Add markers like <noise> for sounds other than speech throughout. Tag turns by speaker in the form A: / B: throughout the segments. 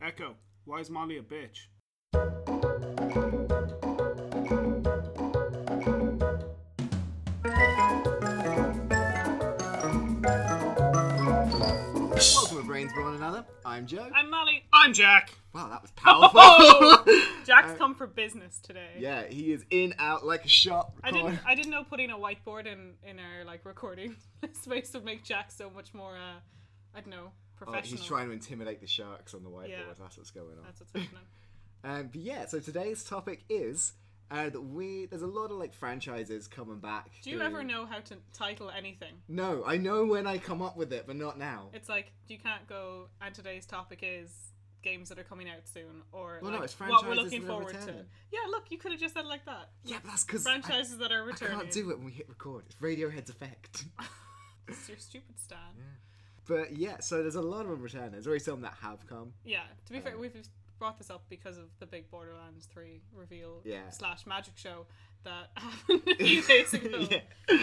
A: Echo, why is Molly a bitch?
B: Welcome to Brains for One Another. I'm Joe.
C: I'm Molly.
A: I'm Jack.
B: Wow, that was
C: <laughs>
B: powerful.
C: Oh! Jack's
B: Uh,
C: come for business today.
B: yeah, he is in out like a shot.
C: I didn't. I didn't know putting a whiteboard in in our like recording <laughs> space would make Jack so much more. Uh, I don't know.
B: Oh,
C: Professional.
B: he's trying to intimidate the sharks on the whiteboard.
C: Yeah.
B: That's what's going on.
C: That's
B: <laughs>
C: what's happening.
B: Um, but yeah, so today's topic is uh, that we there's a lot of like franchises coming back.
C: Do you
B: through-
C: ever know how to title anything?
B: No, I know when I come up with it, but not now.
C: It's like you can't go. And today's topic is games that are coming out soon, or
B: Well, no,
C: like,
B: it's
C: what we're
B: franchises
C: looking
B: that are
C: forward to.
B: returning.
C: Yeah, look, you could have just said it like that.
B: yeah, but that's because I,
C: Franchises that are
B: I
C: returning.
B: can't do it when we hit record. It's Radiohead's
C: <laughs>
B: effect.
C: It's your stupid Stan.
B: but yeah, so there's a lot of them returning. There's already some that have come.
C: Yeah, to be fair,
B: Um,
C: we've we've brought this up because of the big Borderlands 3 reveal
B: Yeah.
C: slash magic show that <laughs> happened a few days ago.
B: <laughs> yeah.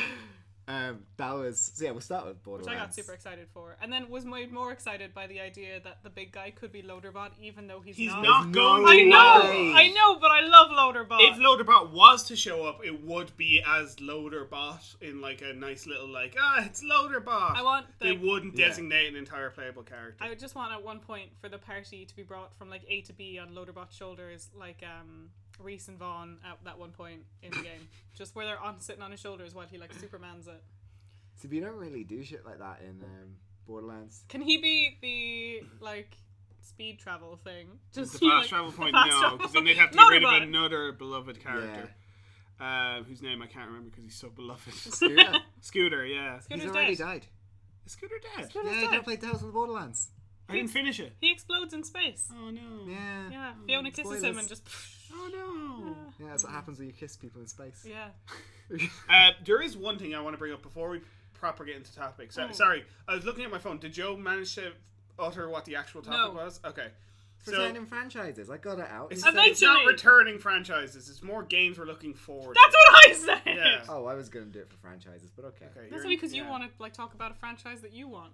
B: Um, that was so yeah. We'll start with
C: Which I got
B: Borderlands.
C: super excited for. And then was made more excited by the idea that the big guy could be Loaderbot even though he's,
A: He's
C: not.
A: not
B: no
A: going.
C: I know!
B: way.
A: away.
C: I know, but I love Loaderbot.
A: If Loaderbot was to show up, it would be as Loaderbot in like a nice little like ah, it's Loaderbot.
C: I want
A: They
C: the-
A: wouldn't
B: Yeah.
A: designate an entire playable character.
C: I would just want at one point for the party to be brought from like A to B on Loaderbot's shoulders, like um Reese and Vaughn at that one point in the
B: <laughs>
C: game. just where they're on sitting on his shoulders while he like Superman's it.
B: So you don't really do shit like that in um,
C: <laughs>
B: Borderlands.
C: Can he be the like speed travel thing? Just
A: the
C: he,
A: fast
C: like-
A: travel point,
C: fast
A: no,
C: travel-
A: because then they'd have to
C: Not
A: get rid
C: about
A: of
C: it.
A: another beloved character, uh, whose name I can't remember because he's so beloved.
B: <laughs> Yeah,
A: Scooter, yeah.
C: Scooter's
B: he's already
C: dead.
B: died.
A: Is Scooter dead?
C: Scooter's
B: Yeah, you
C: dead.
B: don't play Tales from the Borderlands.
A: I didn't finish it.
C: He explodes in space.
A: Oh no.
B: Yeah.
C: Hmm. Yeah, Fiona kisses him
B: spoilers.
C: and just.
A: Oh no.
B: Yeah, that's what happens when you kiss people in space. <laughs>
C: <laughs> Yeah.
A: Uh, there is one thing I want to bring up before we proper get into topics.
C: Oh.
A: So- Sorry, I was looking at my phone. Did Joe manage to utter what the actual topic
C: No.
A: was? Okay. So
B: Returning franchises. I got it out.
A: it's,
B: You said-
C: Eventually.
A: it's not returning franchises. It's more games we're looking forward.
C: That's
A: to.
C: what I said.
A: Yeah.
B: Oh, I was gonna do it for franchises, but okay.
A: Okay,
C: That's
A: you're-
C: only because you
A: yeah.
C: want to like talk about a franchise that you want.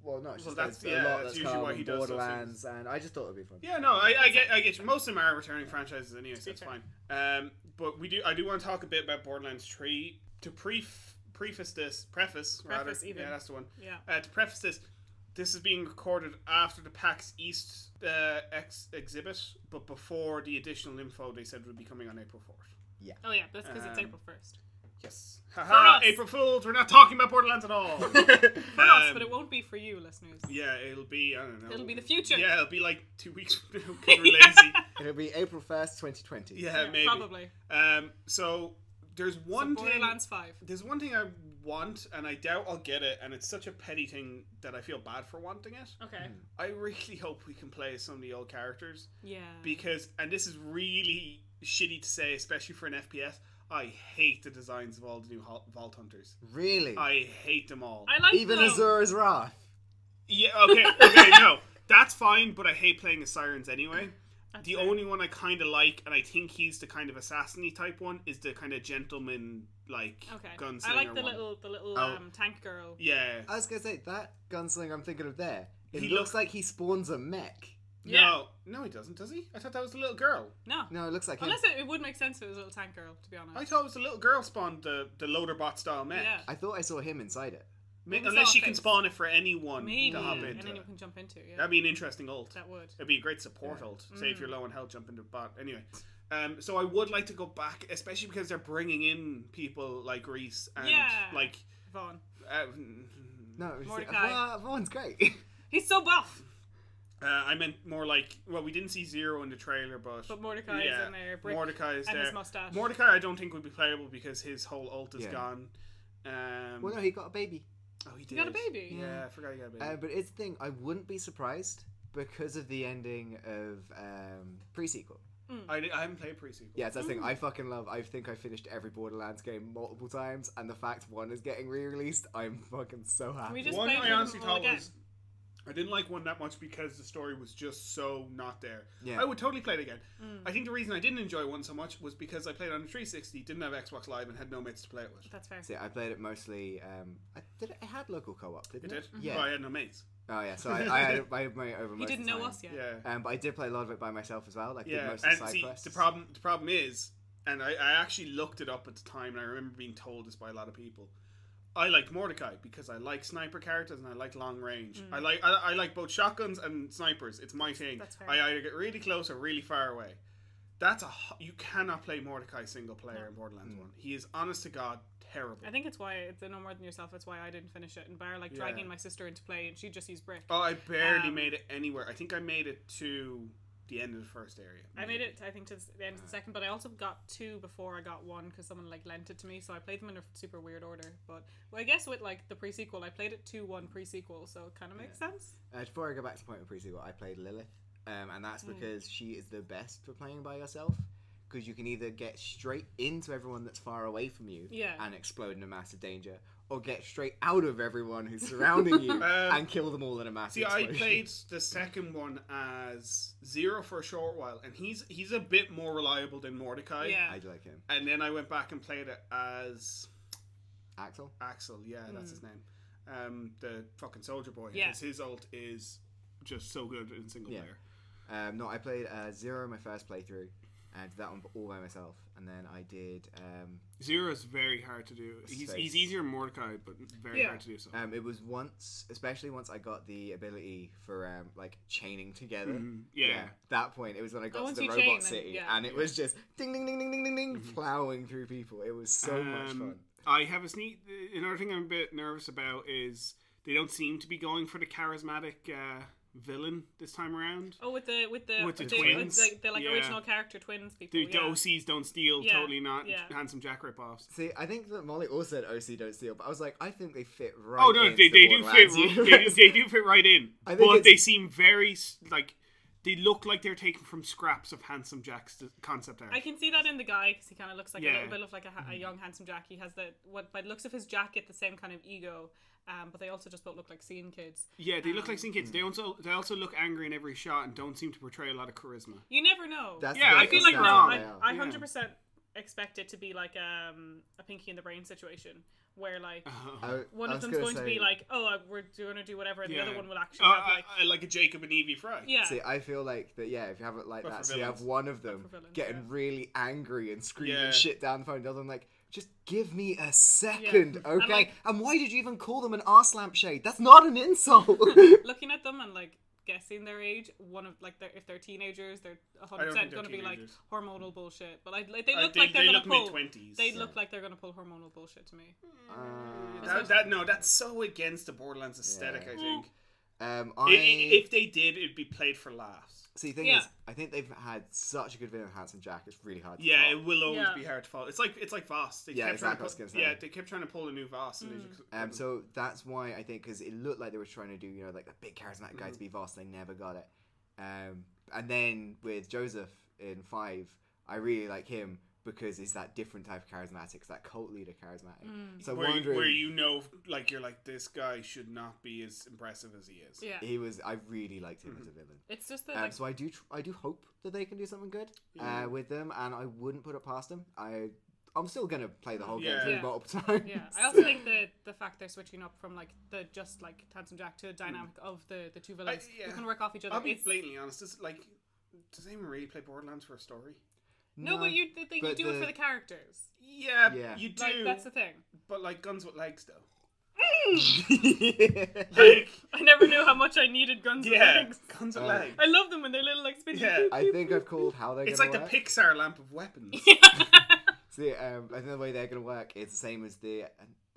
B: Well, no, it's
A: Well,
B: just
A: that's-
B: that's, a
A: yeah,
B: lot
A: that's
B: that's
A: usually
B: come
A: why
B: in
A: he does those
B: Borderlands, and I just thought it'd be fun.
A: Yeah, no, I, I get, I get you. Most of them are returning franchises anyway, so it's
C: fair.
A: fine. Um, but we do, I do want to talk a bit about Borderlands Three to pre preface this, preface,
C: Preface
A: rather.
C: even.
A: Yeah, that's the one.
C: Yeah.
A: Uh, to preface this, this is being recorded after the PAX East uh, ex- exhibit, but before the additional info they said would be coming on April fourth.
C: Oh yeah, that's because it's
A: Um,
C: April first
A: Yes. Haha,
C: us.
A: April Fools! We're not talking about Borderlands at
B: <laughs>
A: all.
C: for us,
A: um,
C: but it won't be for you, listeners.
A: Yeah, it'll be, I don't know.
C: It'll be the future.
A: Yeah, it'll be like two weeks from
C: <laughs>
A: now 'cause we're lazy.
B: It'll be April first, twenty twenty.
A: Yeah,
C: Yeah,
A: maybe.
C: Probably.
A: Um, so there's one
C: so
A: thing.
C: Borderlands Five.
A: There's one thing I want, and I doubt I'll get it, and it's such a petty thing that I feel bad for wanting it.
C: Okay.
A: I really <laughs> hope we can play as some of the old characters
C: Yeah.
A: because, and this is really shitty to say, especially for an FPS. I hate the designs of all the new Hol- Vault Hunters.
B: Really?
A: I hate them all.
C: I like
B: Even
C: them.
B: Azura's Wrath.
A: Yeah, okay, okay, no, that's fine, but I hate playing as sirens anyway. the
C: fair.
A: only one I kind of like, and I think he's the kind of assassiny type one, is the kind of gentleman like
C: Okay.
A: gunslinger.
C: I like the
A: one.
C: little the little
B: Oh.
C: um, tank girl.
A: Yeah.
B: I was gonna say that gunslinger I'm thinking of there. It
A: He
B: looks
A: look-
B: like he spawns a mech.
C: Yeah.
A: No, no, he doesn't, does he? I thought that was the little girl.
C: No.
B: No, it looks like him.
C: Unless it, it would make sense if it was a little tank girl, to be honest.
A: I thought it was the little girl spawned the the loader bot style mech.
C: yeah.
B: I thought I saw him inside it.
A: Ma-
C: Maybe
A: unless
C: it's
A: she
C: not
A: can
C: fixed.
A: spawn it for anyone
C: Maybe.
A: to hop
C: and
A: into.
C: then you can jump into. Yeah.
A: That'd be an interesting ult.
C: that would. Mm.
A: It'd be a great support ult. Say if you're low on health, jump into the bot. Anyway, um, so I would like to go back, especially because they're bringing in people like Reese and
C: Yeah.
A: like.
C: Vaughn.
A: Uh,
B: No, it was
C: Mordecai.
B: Well, that one's great. <laughs>
C: He's so buff.
A: uh, I meant more like well, we didn't see Zero in the trailer, but
C: But Mordecai is in there, Brick
A: Mordecai is
C: and
A: there.
C: his mustache.
A: Mordecai, I don't think would be playable because his whole ult is
B: Yeah.
A: gone. Um,
B: well, no, he got a baby.
A: oh, he did.
C: He got a baby.
A: Yeah, I forgot he got a baby.
B: Uh, but it's the thing, I wouldn't be surprised because of the ending of um, pre-sequel.
A: I, di- I haven't played pre-sequel.
B: Yeah, it's that thing I
C: Mm.
B: fucking love. I think I finished every Borderlands game multiple times, and the fact one is getting re-released, I'm fucking so
C: We
B: happy.
C: just
A: one
C: played
A: I
C: them
A: honestly
C: all
A: thought
C: again.
A: was I didn't like one that much because the story was just so not there.
B: Yeah.
A: I would totally play it again.
C: Mm,
A: I think the reason I didn't enjoy one so much was because I played on a 360, didn't have Xbox Live, and had no mates to play it with.
C: That's fair.
B: See, I played it mostly. Um, I, did it, it had local co-op, didn't
A: It
B: it?
A: did.
B: Yeah,
A: But I had no mates.
B: Oh yeah, so I I, had- I had my over.
C: <laughs> You
B: most
C: didn't
B: of the
C: know
B: time.
C: us yet.
A: Yeah.
B: Um, but I did play a lot of it by myself as well. Like did
A: Yeah,
B: most of the
A: and
B: side
A: see,
B: quests.
A: the problem the problem is, and I, I actually looked it up at the time, and I remember being told this by a lot of people. I liked Mordecai because I like sniper characters and I like long range. I like I, I like both shotguns and snipers. It's my thing.
C: Mm. That's fair.
A: I either get really close or really far away. That's a h- you cannot play Mordecai single player in Borderlands
B: Mm.
A: One. He is honest to god terrible.
C: I think it's why it's no more than yourself. It's why I didn't finish it. And Bar like
A: Yeah.
C: dragging my sister into play, and she just used brick.
A: Oh, I barely
C: Um,
A: made it anywhere. I think I made it to the end of the first area.
C: I made it, I think, to the end of the second, but I also got two before I got one because someone like lent it to me, so I played them in a super weird order. But well, I guess with like the pre sequel, I played it two one pre sequel, so it kind of makes sense.
B: Uh, before I go back to point of pre-sequel, I played Lilith, um, and
A: Hmm.
B: that's because she is the best for playing by yourself. Because you can either get straight into everyone that's far away from you
C: Yeah.
B: and explode in a massive danger, or get straight out of everyone who's surrounding
A: <laughs>
B: you <laughs> and kill them all in a massive
A: Um, See, I
B: explosion. <laughs>
A: played the second one as Zero for a short while, and he's he's a bit more reliable than Mordecai.
C: Yeah.
B: I like him.
A: And then I went back and played it as
B: Axel?
A: Axel. Yeah, that's his name. Um, the fucking soldier boy.
C: Hmm. Yeah.
A: Because his ult is just so good in single
B: Yeah.
A: player.
B: Um, no, I played uh, Zero my first playthrough, and did that one all by myself. And then I did. Um,
A: Zero is very hard to do. He's,
B: Space.
A: he's easier than Mordecai, but very
C: Yeah.
A: hard to do so.
B: um, it was once, especially once I got the ability for um, like chaining together.
A: Mm-hmm. yeah.
B: That point, it was when I got
C: once
B: to the
C: you
B: robot
C: chain, then-
B: city,
C: yeah.
B: and it was just ding, ding, ding, ding, ding, ding, ding, plowing through people. It was so much
A: Mm-hmm. Um,
B: Oh, fun.
A: I have a sneak. Another thing I'm a bit nervous about is they don't seem to be going for the charismatic uh, villain this time around.
C: Oh, with the with the
A: With the
C: with
A: twins?
C: like the like
A: Yeah.
C: original character twins people.
A: The
C: yeah.
A: OCs don't steal,
C: Yeah,
A: totally not
C: yeah.
A: handsome jack ripoffs.
B: See, I think that Molly also said OC don't steal, but I was like, I think they fit right.
A: Oh no,
B: into
A: they,
B: the
A: they do fit.
B: Borderlands <laughs>
A: ri- They, do-
B: universe.
A: they do fit right in,
B: I think
A: but
B: it's-
A: they seem very s- like they look like they're taken from scraps of handsome jack's d- concept art.
C: I can see that in the guy because he kind of looks like a
A: Yeah. Mm-hmm.
C: little bit of like a, ha- a young handsome Jack. He has the what by the looks of his jacket the same kind of ego, um, but they also just both look like scene kids.
A: yeah, they
C: Um,
A: look like sin
B: hmm.
A: kids. They also they also look angry in every shot and don't seem to portray a lot of charisma.
C: You never know.
B: That's
A: Yeah,
B: the-
A: I
B: that's
A: feel
B: the
A: like
C: no,
B: standard
A: wrong.
B: they
C: I,
B: are.
C: I
A: Yeah.
C: hundred percent expect it to be like um, a pinky in the brain situation where
A: <sighs> <laughs>
C: like
A: Uh,
B: I-
C: one
B: I
C: of
B: was
C: them's
B: gonna
C: going to
B: say-
C: be like, oh, uh, we're going to do whatever, and
A: Yeah.
C: the other one will
A: Uh,
C: actually have
A: I-
C: like.
A: I like a Jacob and Evie Fry.
C: yeah,
B: See, I feel like that. Yeah, if you have it like
A: But
B: that,
A: for
B: so you have
A: villains.
B: one of them
C: for villains,
B: getting
C: yeah.
B: really angry and screaming
A: Yeah.
B: shit down the phone, the other one like, just give me a second, okay? And,
C: like-
B: why did you even call them an arse lampshade? That's not an insult. <laughs>
C: looking at them and like guessing their age, one of like they're, if they're teenagers, they're
A: I
C: hundred
A: don't think
C: percent
A: they're
C: going to be like
A: teenagers.
C: hormonal bullshit. But like, like they
A: Uh,
C: look
A: they-
C: like they're
A: they
C: going
A: look
C: to pull.
A: mid-twenties.
C: They
A: Yeah.
C: look like they're going to pull hormonal bullshit to me.
B: Uh,
A: That, that no, that's so against the Borderlands aesthetic. I think
B: um,
A: I-
B: I
A: i if they did, it'd be played for laughs.
B: see. Thing
C: Yeah.
B: is, I think they've had such a good video of Handsome Jack. It's really hard. To
A: Yeah,
B: top.
A: it will always
C: Yeah.
A: be hard to follow. It's like it's like Voss. They
B: Yeah,
A: kept
B: exactly, I
A: Trying
B: was
A: to
B: gonna
A: put,
B: say.
A: yeah, they kept trying to pull a new Voss, and they
C: Mm.
A: just
C: Mm-hmm.
B: Um, so that's why I think because it looked like they were trying to do you know like the big charismatic
C: Mm-hmm.
B: guy to be Voss, they never got it. Um, and then with Joseph in five, I really like him because it's that different type of charismatic, it's that cult leader charismatic.
C: Mm-hmm.
B: So
A: where, you,
B: wondering
A: where you know, like you're like this guy should not be as impressive as he is.
C: Yeah,
B: he was, I really liked him as a villain.
C: it's just that
B: Um,
C: Mm-hmm. like
B: so I do, tr- I do hope that they can do something good uh, with them, and I wouldn't put it past them. I, I'm still gonna play the whole game
A: Yeah.
B: through
C: Uh, Yeah.
B: multiple times.
C: Yeah,
B: <laughs>
C: I also think the the fact they're switching up from like the just like Handsome Jack to the dynamic of the the two villains
A: Mm. I-
C: who
A: yeah.
C: can work off each other.
A: I'll be
C: It's-
A: blatantly honest. This, like, does anyone really play Borderlands for a story?
C: no,
B: <laughs>
C: but you think you
B: but
C: do it
B: the-
C: for the characters.
A: Yeah,
B: Yeah.
A: you do.
C: Like that's the thing.
A: but like guns with legs,
C: <laughs>
A: though.
B: you.
C: I never knew how much I needed guns.
A: yeah,
C: And legs.
A: guns with
B: Uh,
A: legs.
C: I love them when they're little like spinning.
A: Yeah.
B: I think I've called how they're.
A: It's
B: gonna
A: like the
B: work.
A: Pixar lamp of weapons.
B: See, um, I think the way they're going to work is the same as the. uh,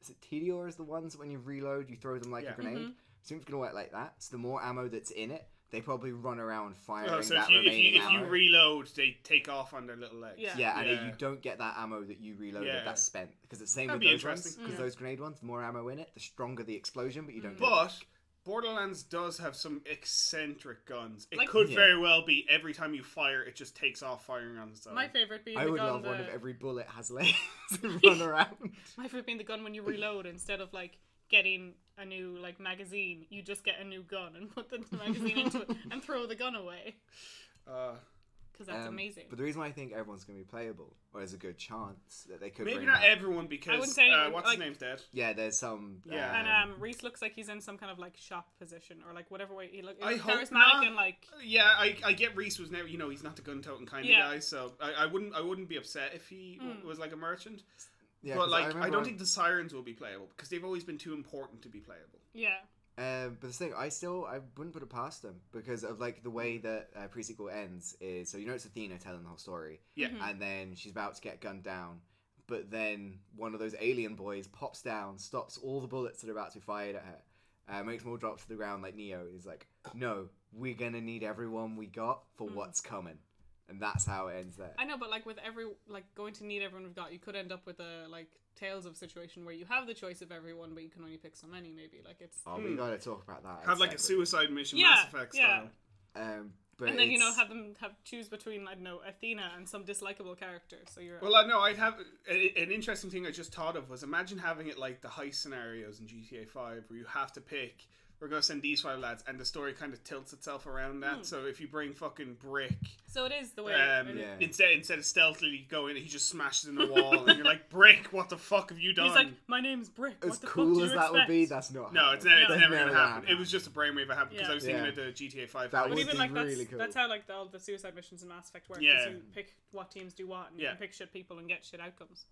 B: Is it TDR is the ones when you reload, you throw them like a grenade?
C: Mm-hmm.
B: So it's going to work like that. So the more ammo that's in it, they probably run around firing
A: Oh, <laughs> so
B: that
A: if you, if,
B: remaining
A: you, if you
B: ammo.
A: reload, they take off on their little legs.
C: Yeah.
B: yeah, and
A: Yeah.
B: then you don't get that ammo that you reloaded
A: Yeah.
B: that's spent. Because it's the same
A: That'd
B: with
A: be
B: those ones.
A: interesting.
B: Because those grenade ones, the more ammo in it, the stronger the explosion, but you don't get
C: Mm.
A: But Borderlands does have some eccentric guns. It
C: Like-
A: could
B: Yeah.
A: very well be every time you fire, it just takes off firing on its own.
C: My favorite being
B: I
C: the
B: would
C: gun
B: love one
C: that-
B: if every bullet has <laughs>
C: <laughs>
B: legs and run around.
C: My favorite being the gun when you reload instead of like getting a new like magazine, you just get a new gun and put the magazine into it and throw the gun away.
A: uh,
C: because that's
B: Um,
C: amazing.
B: But the reason why I think everyone's going to be playable, or there's a good chance that they could
A: Maybe
B: bring
A: not
B: back-
A: everyone because
C: wouldn't say
A: uh,
C: anyone,
A: what's
C: like-
A: his name's dead.
B: Yeah, there's some.
A: Yeah.
C: and
B: um,
C: um, Reese looks like he's in some kind of like shop position or like whatever way he looks.
A: I hope
C: charismatic
A: not.
C: and like
A: Yeah, I, I get Reese was never you know he's not the gun toting kind
C: Yeah.
A: of guy, so I, I wouldn't I wouldn't be upset if he w-
C: Mm.
A: was like a merchant.
B: yeah,
A: but
B: 'cause
A: like I,
B: remember
A: don't
B: on-
A: think the sirens will be playable because they've always been too important to be playable.
C: yeah,
B: Um, but the thing, I still I wouldn't put it past them because of like the
A: Mm.
B: way that uh, pre-sequel ends is so you know it's Athena telling the whole story,
A: Yeah.
C: Mhm.
B: and then she's about to get gunned down, but then one of those alien boys pops down, stops all the bullets that are about to be fired at her, uh, makes them all drop to the ground like Neo. He's like, "No, we're gonna need everyone we got for
C: Mm.
B: what's coming," and that's how it ends there.
C: I know, but like with every like going to need everyone we've got, you could end up with a like tales of situation where you have the choice of everyone, but you can only pick so many. Maybe like it's
B: Oh, we
A: Hmm.
B: gotta talk about that.
A: Have like a
B: separately.
A: suicide mission,
C: Yeah,
A: Mass Effect
C: yeah.
A: style.
B: Um, but
C: and then you know
B: it's-
C: have them have choose between I don't know Athena and some dislikable character. So you're
A: Well, I know I'd have a, an interesting thing I just thought of was imagine having it like the heist scenarios in GTA Five, where you have to pick. We're gonna send these five lads, and the story kind of tilts itself around that.
C: Hmm.
A: So if you bring fucking Brick,
C: so it is the way.
A: um,
B: Yeah.
A: instead instead of stealthily going, he just smashes in the wall, and you're like, <laughs> Brick, what the fuck have you done?
C: He's like, my name's Brick.
B: as
C: what the fuck
B: cool
C: do
B: as
C: you
B: that would be,
C: expect?"
B: that's not.
A: no, it's,
B: happening.
A: ne- it's
B: That's
A: never gonna happen. It
B: happening.
A: was just a brainwave that happened because
C: Yeah.
A: I was thinking
B: Yeah.
A: of the GTA Five.
B: That
A: heist.
C: But
B: would
C: even
B: be
C: like that's
B: really cool.
C: that's how like the, all the suicide missions in Mass Effect work.
A: Yeah.
C: Yeah. You pick what teams do what, and
A: Yeah.
C: you can pick shit people and get shit outcomes.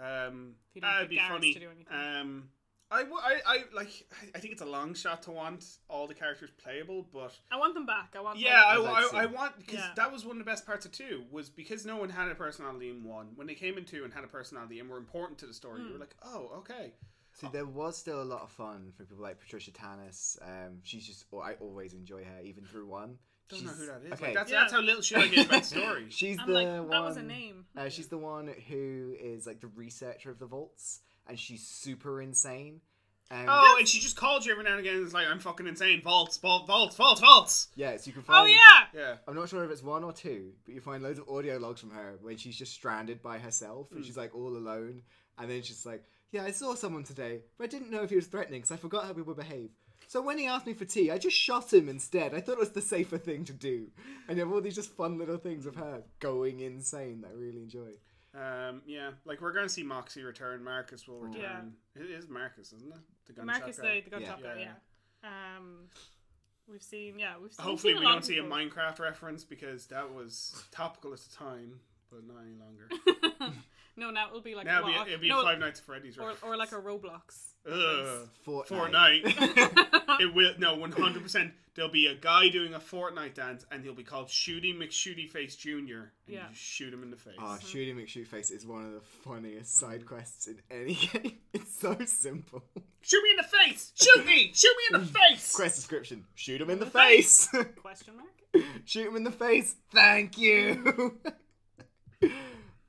A: Um,
C: If you don't
A: that'd
C: get
A: be
C: Garrus
A: funny.
C: to do anything.
A: Um, I, w- I, I like. I think it's a long shot to want all the characters playable, but
C: I want them back. I want.
A: yeah, I,
B: I'd like to
A: I,
B: see
A: I
B: it.
A: want because
C: Yeah.
A: that was one of the best parts of two was because no one had a personality in one. When they came in two and had a personality and were important to the story,
C: Hmm.
A: you were like, oh, okay,
B: See, there was still a lot of fun for people like Patricia Tanis. Um, she's just, or I always enjoy her, even through one.
A: don't
B: she's,
A: know who that is.
B: Okay,
A: Like, that's
C: Yeah.
A: that's how little shit I gave about
B: <laughs>
A: the story.
B: she's
C: I'm
B: the
C: like
B: one.
C: that was a name.
B: Uh, she's the one who is like the researcher of the vaults, and she's super insane. Um,
A: Oh, and she just called you every now and again. and It's like I'm fucking insane. Vaults, vault, vaults, vaults, vaults.
B: yeah, so you can find.
C: Oh yeah.
A: Yeah.
B: I'm not sure if it's one or two, but you find loads of audio logs from her when she's just stranded by herself and she's like all alone. And then she's like, Yeah, I saw someone today, but I didn't know if he was threatening because I forgot how people behave. So when he asked me for tea, I just shot him instead. I thought it was the safer thing to do. And you have all these just fun little things of her going insane that I really enjoy.
A: Um, yeah, like we're gonna see Moxie return. Marcus will return.
C: Mm. Yeah.
A: It is Marcus, isn't it? The gunshot
C: Marcus
A: guy.
C: the, the gun
B: Yeah.
C: top guy.
A: Yeah.
C: Yeah. Um, we've seen. Yeah, we've seen.
A: Hopefully,
C: we've
A: we
C: seen a lot
A: don't
C: of
A: see a
C: people.
A: Minecraft reference because that was topical at the time, but not any
C: <laughs>
A: longer.
C: no, now it'll be like
A: now
C: well,
A: it'd be, it'd be
C: no,
A: a Five Nights at Freddy's
C: or
A: reference.
C: <laughs> or like a Roblox.
A: <laughs>
C: <laughs>
A: Ugh.
B: Fortnite.
A: Fortnite. it will no one hundred percent. There'll be a guy doing a Fortnite dance, and he'll be called Shooty McShooty Face Junior, and
C: Yeah.
A: you shoot him in the face.
B: <laughs> Ah, shooting McShoot Face is one of the funniest side quests in any <laughs> game. It's so simple.
A: shoot me in the face! Shoot me! Shoot me in the face!
B: Quest description shoot him in the
C: The face.
B: face! <laughs>
C: Question mark.
B: Shoot him in the face. Thank you. <laughs>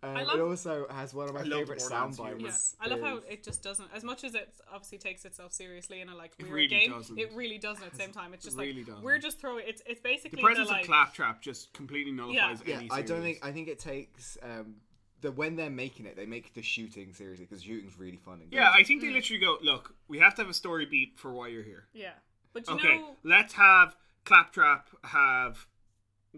B: Um,
C: love-
B: it also has one of my
A: I love
B: favorite sound
A: Borderlands
B: bites.
A: humor.
C: Yeah, I love how
B: is-
C: it just doesn't. As much as it obviously takes itself seriously in a like weird
D: really
C: game,
D: doesn't.
C: it really doesn't. At
D: <laughs>
C: the same time, it's just
D: really
C: like
D: doesn't.
C: we're just throwing. It's it's basically
D: The presence
C: like,
D: of Claptrap just completely nullifies
C: Yeah,
B: yeah,
D: any
B: I don't
D: series.
B: think I think it takes um, the when they're making it, they make the shooting seriously because shooting's really fun. in
D: Yeah,
B: games.
D: I think they literally go, look, we have to have a story beat for why you're here.
C: Yeah, but you
D: Okay,
C: know,
D: let's have Claptrap have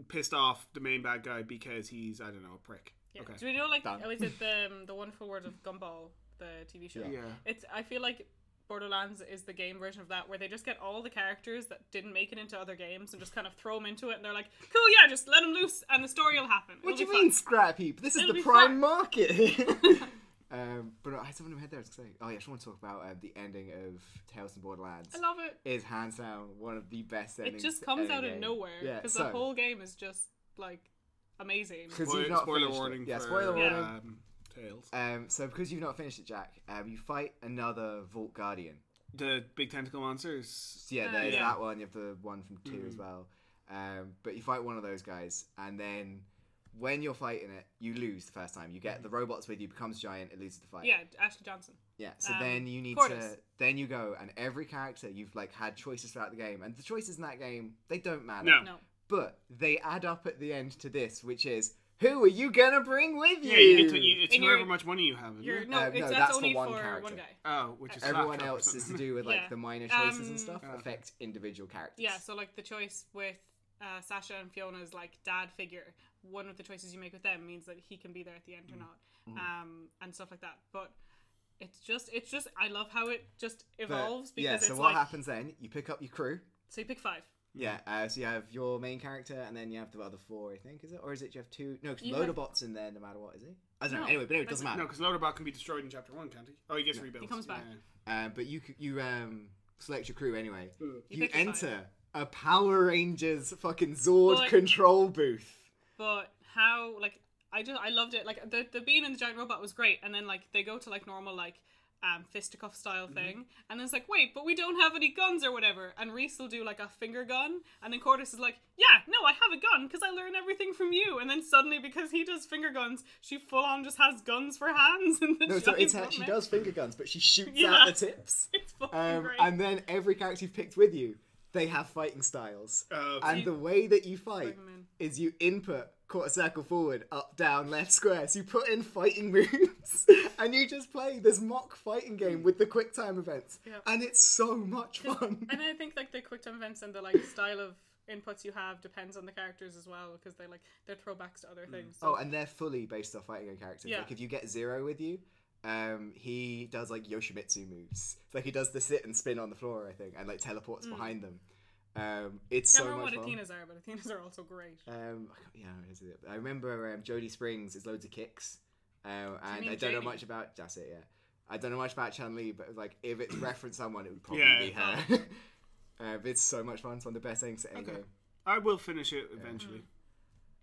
D: pissed off the main bad guy because he's, I don't know, a prick.
C: yeah.
D: Okay.
C: do we know like
B: Done.
C: oh, is it the um, the wonderful world of Gumball, the TV show?
D: Yeah.
C: It's I feel like Borderlands is the game version of that where they just get all the characters that didn't make it into other games and just kind of throw them into it and they're like, cool, yeah, just let them loose and the story will happen.
B: What do you
C: It'll be fun.
B: mean, scrap heap? This is
C: It'll
B: the
C: be
B: prime
C: fun.
B: market.
C: <laughs>
B: <laughs> um, but I had something in my head there. I was gonna say, oh yeah, I just want to talk about uh, the ending of Tales from Borderlands.
C: I love it.
B: is hands down one of the best
C: It
B: endings.
C: just comes
B: in a
C: out of
B: game.
C: nowhere
B: Yeah,
C: because
B: so-
C: the whole game is just like
B: <laughs>
C: amazing.
B: because
D: Spoil-
B: you've not
D: spoiler
B: finished it.
D: warning.
B: Yeah,
D: for,
B: spoiler warning.
C: Yeah.
D: Um, Tales.
B: Um, so because you've not finished it, Jack, um, you fight another Vault Guardian.
D: The big tentacle monsters.
B: So yeah,
C: Uh,
B: there's
C: yeah.
B: that one. You have the one from 2 as well. Um, but you fight one of those guys, and then when you're fighting it, you lose the first time. You get the robots with you, becomes giant, it loses the fight.
C: Yeah, Ashley Johnson.
B: Yeah, so
C: Um,
B: then you need to
C: Portis.
B: then you go and every character you've like had choices throughout the game and the choices in that game they don't matter.
D: No.
C: No.
B: But they add up at the end to this, which is who are you gonna bring with you?
D: Yeah, you get to, you, it's
C: And you're-
D: however much money you have. isn't
C: You're,
D: it?
C: no,
B: Uh,
C: it's,
B: no,
C: that's,
B: that's for
C: only
B: one
C: for
B: character.
C: one guy.
D: Oh, which is
B: Everyone
D: Claptrap or
B: else is to
D: something.
B: do with like
C: Yeah.
B: the minor choices
C: Um,
B: and stuff affect individual characters.
C: Yeah, so like the choice with uh, Sasha and Fiona's like dad figure, one of the choices you make with them means that he can be there at the end
B: Mm.
C: or not, um, and stuff like that. But it's just, it's just, I love how it just
B: But,
C: evolves because
B: yeah.
C: it's
B: So what
C: like
B: happens then? You pick up your crew.
C: so you pick five.
B: Yeah. Uh, so you have your main character, and then you have the other four. I think is it, or is it you have two? No, because
C: You
B: load
C: have-
B: of bots in there, no matter what, is he? I don't know.
C: No,
B: Anyway, but anyway, it
C: but-
B: doesn't
D: <laughs>
B: matter.
D: No, because Loderbot can be destroyed in chapter one, can't he? Oh, he gets rebuilt.
C: He comes back.
B: Uh, but you c- you um select your crew anyway. You,
C: pick your
B: enter a Power Rangers fucking Zord
C: But-
B: control booth.
C: But how like I just I loved it. Like the the bean and the giant robot was great, and then like they go to like normal like um fisticuff
B: Mm-hmm.
C: style thing, and then it's like wait, but we don't have any guns or whatever. And Reese will do like a finger gun, and then Cordis is like, yeah, no, I have a gun because I learn everything from you. And then suddenly because he does finger guns, she full on just has guns for hands. <laughs> And the
B: No, so
C: giant
B: it's her, she
C: robot-
B: does finger guns, but she shoots
C: Yeah.
B: out the tips.
C: It's fucking
B: Um,
C: great.
B: and then every character you've picked with you, they have fighting styles.
D: Uh,
A: Oh,
B: and the way that you fight
C: them in.
B: is you input quarter circle forward, up, down, left, square. So you put in fighting <laughs> moves, and you just play this mock fighting game with the quick time events,
C: Yeah.
B: and it's so much fun.
C: <laughs> And I think like the quick time events and the like style of inputs you have depends on the characters as well because they like they're throwbacks to other things. So
B: Oh, and they're fully based off fighting game characters.
C: Yeah.
B: Like if you get Zero with you, um, he does like Yoshimitsu moves. It's like he does the sit and spin on the floor, I think, and like teleports behind them. Um, it's
C: Mm.
B: so
C: I can't remember
B: much fun.
C: what Athena's are, but Athena's are also great.
B: Um, I can't- yeah, what is it? I remember um, Jodie Springs is loads of kicks, um, and
C: mean
B: I don't know
C: Jodie?
B: much about. That's it, yeah. I don't know much about Chan Lee, but like if it's referenced someone, it would probably
D: Yeah.
B: be her. <laughs> uh, but it's so much fun. It's one of the best things to any game.
D: I will finish it eventually.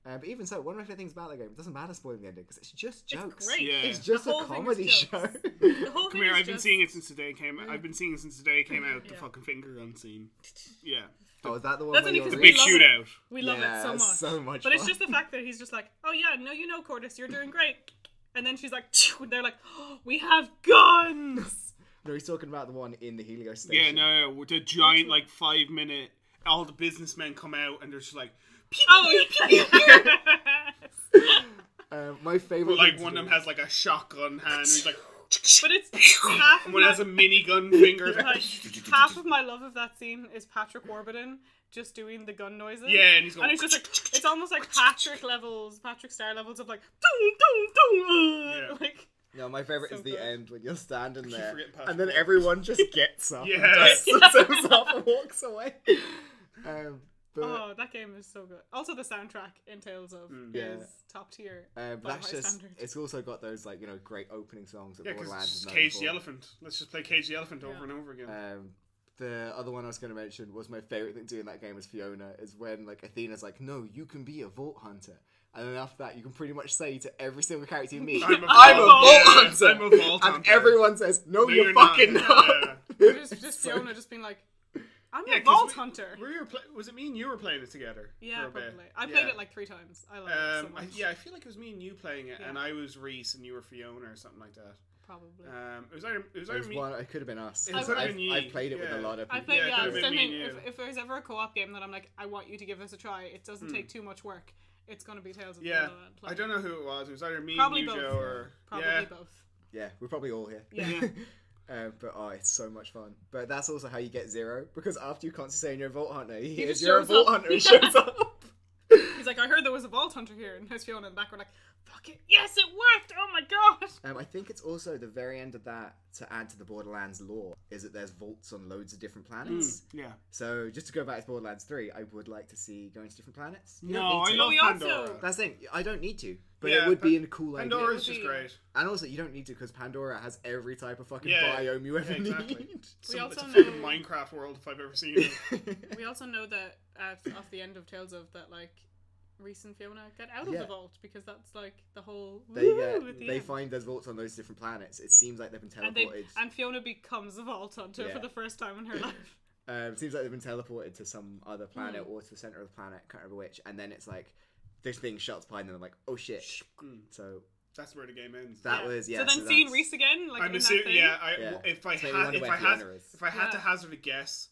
B: Uh, but even so, one of my favorite things about the game, it doesn't matter spoiling the ending because it's just jokes.
C: great.
D: Yeah.
B: It's just
C: The
B: a
C: whole thing is
B: comedy show.
C: jokes. <laughs> <laughs> The whole
D: Come
C: thing
D: here.
C: is
D: I've been
C: just-
D: seeing it since today came. I've been seeing it since today came out. The
C: Yeah.
D: fucking finger gun
C: <laughs>
D: scene. Yeah,
B: oh, is that the one?
C: That's
B: where
C: only
B: you're
C: because
B: really-
D: big
C: We love
D: shootout.
C: it. We love
B: Yeah,
C: it so much.
B: it's so much
C: But it's
B: fun.
C: just the fact that he's just like, oh yeah, no, you know, Cordis, you're doing great. And then she's like, <laughs> and they're like, oh, we have guns. <laughs>
B: No, he's talking about the one in the Helios
D: Yeah,
B: station.
D: no, no, the giant like five minute. All the businessmen come out and they're just like,
C: oh, <laughs> yes.
B: Uh, my favorite.
A: like
B: thing
A: one
B: to
A: of
B: do-
A: them has like a shotgun hand. And
C: <laughs>
A: he's like,
C: But it's half of
A: one has
C: my-
A: a minigun finger. It's like,
C: <laughs> like, half of my love of that scene is Patrick Warburton just doing the gun noises.
A: <laughs> yeah, and he's going.
C: And it's just like it's almost like Patrick levels, Patrick Star levels of like doom doom doom. uh,
A: Yeah.
C: <laughs> Like
B: No, my favorite
C: So
B: is the
C: good.
B: end when you're standing there,
A: forget Patrick
B: and then
A: Warburton.
B: everyone just
A: <laughs>
B: gets up,
A: Yeah.
B: and dusts <laughs> themselves off, and walks away. Um, but
C: oh, that game is so good. Also, the soundtrack in Tales of
A: Mm,
B: Yeah.
C: is
A: <laughs>
C: top tier.
B: um,
C: by
B: that's
C: high
B: just
C: standards.
B: it's also got those like you know great opening songs
A: <laughs>
B: that
A: yeah,
B: Borderlands
A: because
B: is known
A: Cage
B: for.
A: the elephant. Let's just play Cage the elephant over
C: Yeah.
A: and over again.
B: Um, the other one I was going to mention was my favorite thing doing that game is Fiona is when like Athena's like, no, you can be a vault hunter, and then after that you can pretty much say to every single character you meet,
A: I'm a
B: "I'm a
A: vault
B: vault
A: hunter."
B: hunter,"
A: I'm a vault
B: and
A: hunter.
B: everyone says, no,
A: No,
B: you're,
A: you're not.
B: fucking
A: Yeah.
B: not.
C: <laughs> just
B: <laughs>
C: just Fiona just
A: <laughs>
C: being like, I'm
A: Yeah,
C: a
A: 'cause
C: vault
A: we-
C: hunter.
A: Were you pla was it me and you were playing it together?
C: Yeah,
A: for a
C: probably.
A: bit?
C: I played
A: Yeah.
C: it like three times. I love it Oh, so
A: Um, I,
C: much.
A: yeah, I feel like it was me and you playing it, and
C: Yeah.
A: I was Reese and you were Fiona or something like that.
C: probably.
A: Um, it was either it was either
B: There's
A: me.
B: one. It could have been us. 'cause
C: could've
B: I've,
A: been
B: I've
A: ye,
B: played it
A: yeah.
B: with a lot of
C: I
B: people.
C: played
A: Yeah, it
C: yeah.
A: could've
C: it's
A: been
C: something,
A: me
C: if,
A: and
C: if there's ever a co-op game that I'm like, I want you to give this a try. It doesn't take too much work. It's gonna be Tales of
A: Hmm. Yeah,
C: Borderlands.
A: I don't know who it was. It was either me
C: Probably
A: and you,
C: both.
A: Joe, or
C: Probably
A: yeah.
C: both.
B: Yeah, we're probably all here.
C: Yeah.
B: <laughs> Uh, but oh, it's so much fun. But that's also how you get zero because after you constantly saying you're a vault hunter, he, hears
C: just
B: you're a
C: shows
B: vault
C: up.
B: hunter and
C: <laughs>
B: shows up.
C: He's like, I heard there was a vault hunter here, and there's Fiona in the back. We're like, fuck it, yes, it worked. Oh my god.
B: Um, I think it's also the very end of that to add to the Borderlands lore is that there's vaults on loads of different
A: Hmm.
B: planets.
D: yeah.
B: So just to go back to Borderlands three, I would like to see going to different planets. You
D: No,
B: don't
D: I
B: need to.
D: love
C: we also-
D: Pandora.
B: That's the thing. I don't need to, but
A: Yeah,
B: it would be
A: Pan-
B: a cool
A: Pandora
B: idea.
A: is
C: It would
A: just
C: be- <laughs>
A: great.
B: And also, you don't need to because Pandora has every type of fucking
A: Yeah,
B: biome you ever
A: yeah, exactly.
B: need.
A: Some,
C: also
A: it's a
C: know-
A: fucking Minecraft world if I've ever seen <laughs> it.
C: We also know that at, off the end of Tales of that, like, Reese and Fiona get out of
B: Yeah.
C: the vault because that's like the whole.
B: they
C: woo
B: get,
C: at the
B: they
C: end.
B: find there's vaults on those different planets. It seems like they've been
C: And, they,
B: teleported.
C: and Fiona becomes a vault hunter
B: Yeah.
C: for the first
B: <laughs>
C: time in her life.
B: um, it seems like they've been teleported to some other
A: Hmm.
B: planet or to the center of the planet, can't remember which. And then it's like this thing shuts behind them. like, oh shit. So
A: Hmm. That's where the game ends.
B: that was yeah.
C: so then seeing
B: that's-
C: Reese again, like
A: I'm
C: in that
A: assuming.
C: thing.
A: Yeah, I,
B: Yeah.
A: if I
B: So you
A: had
B: wonder
A: if
B: where
A: I had
B: Fiona is.
A: if I had to
C: Yeah.
A: hazard a guess,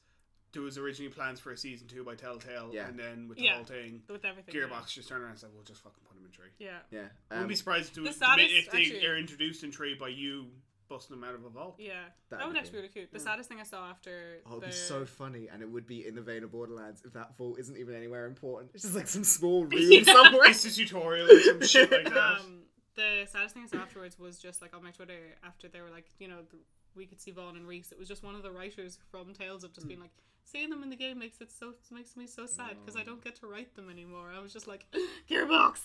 A: there was originally plans for a season two by Telltale,
B: Yeah.
A: and then with the
C: Yeah.
A: whole thing,
C: with everything. yeah.
A: Gearbox just turned around and said, "We'll just fucking put him in tree."
C: Yeah.
B: Yeah.
A: Wouldn't
B: Um,
A: be surprised if, it
C: The
A: was,
C: saddest-
A: if they
C: actually-
A: are introduced in tree by you busting him out of a vault.
C: Yeah, that,
B: That'd
C: would
B: be
C: actually be really cute. The saddest thing I saw after
B: Oh, it'd
C: the
B: be so funny, and it would be in the vein of Borderlands if that vault isn't even anywhere important. It's just like
A: <laughs>
B: some small room somewhere.
A: It's a tutorial or some shit like that.
C: <laughs> um, the saddest thing I saw afterwards was just like on my Twitter after they were like, you know, th- we could see Vaughn and Reese. It was just one of the writers from Tales of just
D: Mm.
C: being like, seeing them in the game makes it so makes me so sad because
D: Oh.
C: I don't get to write them anymore. I was just like, <gasps> Gearbox,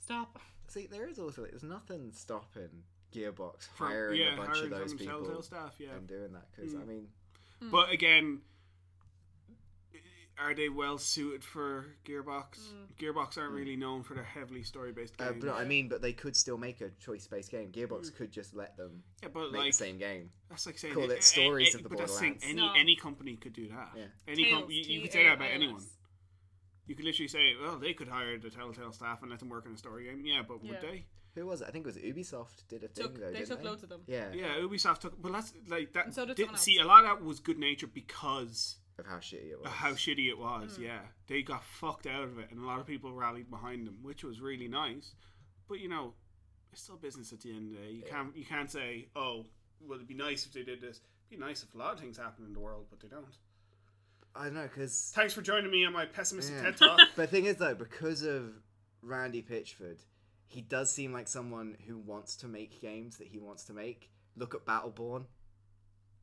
C: stop.
B: See, there is also like, there's nothing stopping Gearbox hiring
D: yeah,
B: a bunch
D: hiring
B: of those
D: some
B: people
D: Telltale staff. Yeah, Hmm.
B: and doing that because I mean,
C: Hmm.
D: but again, are they well suited for Gearbox?
C: Hmm.
D: Gearbox
A: Hmm.
D: aren't really known for their heavily story-based
B: uh,
D: games.
B: but no, I mean, but they could still make a choice-based game. Gearbox could just let them
D: yeah, Hmm. but
B: make
D: like
B: the same game.
D: that's like saying
B: call it
D: a- a-
B: Stories
D: a-
B: of the
D: but that's saying
B: Borderlands.
D: any
C: No.
D: any company could do that.
B: Yeah.
D: Any
C: Tales,
D: com- you, you could
C: T A
D: say that about
C: L S.
D: anyone. You could literally say, well, they could hire the Telltale staff and let them work on a story game. Yeah, but
C: Yeah.
D: would they?
B: Who was it? I think it was Ubisoft did a thing
C: Took-
B: though.
C: they
B: didn't
C: took loads
D: <laughs>
C: of them.
B: Yeah,
D: Yeah, Ubisoft took. Well, that's like that.
C: And so did
D: did-
C: someone
D: see,
C: else.
D: a lot of that was good nature because
B: of how shitty it was.
D: of how shitty it
C: Mm.
D: was. Yeah, they got fucked out of it, and a lot of people rallied behind them, which was really nice. But you know, it's still business at the end of the day. You can't you can't say,
A: Oh, would it be nice if they did this? It'd be nice if a lot of things happen in the world, but they don't.
B: I don't know because
A: Thanks for joining me on my pessimistic
B: Yeah. <laughs>
A: TED talk.
B: But the thing is, though, because of Randy Pitchford, he does seem like someone who wants to make games that he wants to make. Look at Battleborn.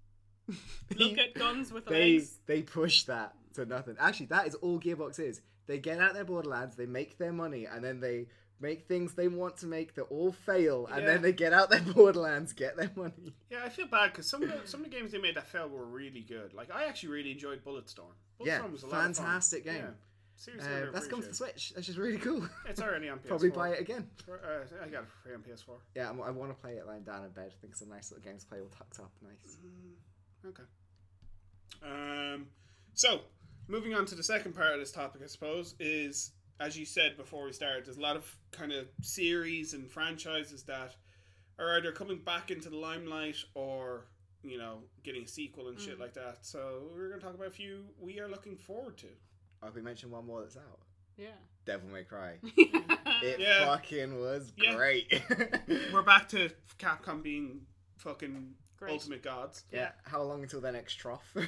B: <laughs>
C: Look at guns with
B: they
C: legs.
B: they push that to nothing. Actually, that is all Gearbox is. They get out their Borderlands, they make their money, and then they make things they want to make that all fail, and
A: Yeah.
B: then they get out their <laughs> Borderlands, get their money.
A: yeah, I feel bad because some of the, some of the games they made that failed were really good. Like I actually really enjoyed Bulletstorm. Bulletstorm
B: Yeah,
A: was a lot of fun.
B: fantastic game.
A: Yeah. Seriously,
B: Uh,
A: I
B: that's come to the
A: appreciate
B: Switch. That's just really cool.
A: it. It's already on PS4.
B: Probably buy it again.
A: Uh, I got it free on PS4.
B: Yeah, I'm, I want to play it lying down in bed. I think it's a nice little game to play all tucked up. Nice. Mm.
A: Okay. Um, so, moving on to the second part of this topic, I suppose, is as you said before we started, there's a lot of kind of series and franchises that are either coming back into the limelight or, you know, getting a sequel and
B: Mm.
A: shit like that. So, we're going to talk about a few we are looking forward to.
B: Oh, we mentioned one more that's out.
C: Yeah. <laughs>
B: Devil
A: <laughs>
B: May Cry.
C: yeah.
B: It
A: Yeah.
B: fucking was
A: Yeah.
B: great. <laughs>
A: We're back to Capcom being fucking
C: Great.
A: ultimate gods.
B: yeah. How long until the next trough? <laughs>
A: Uh,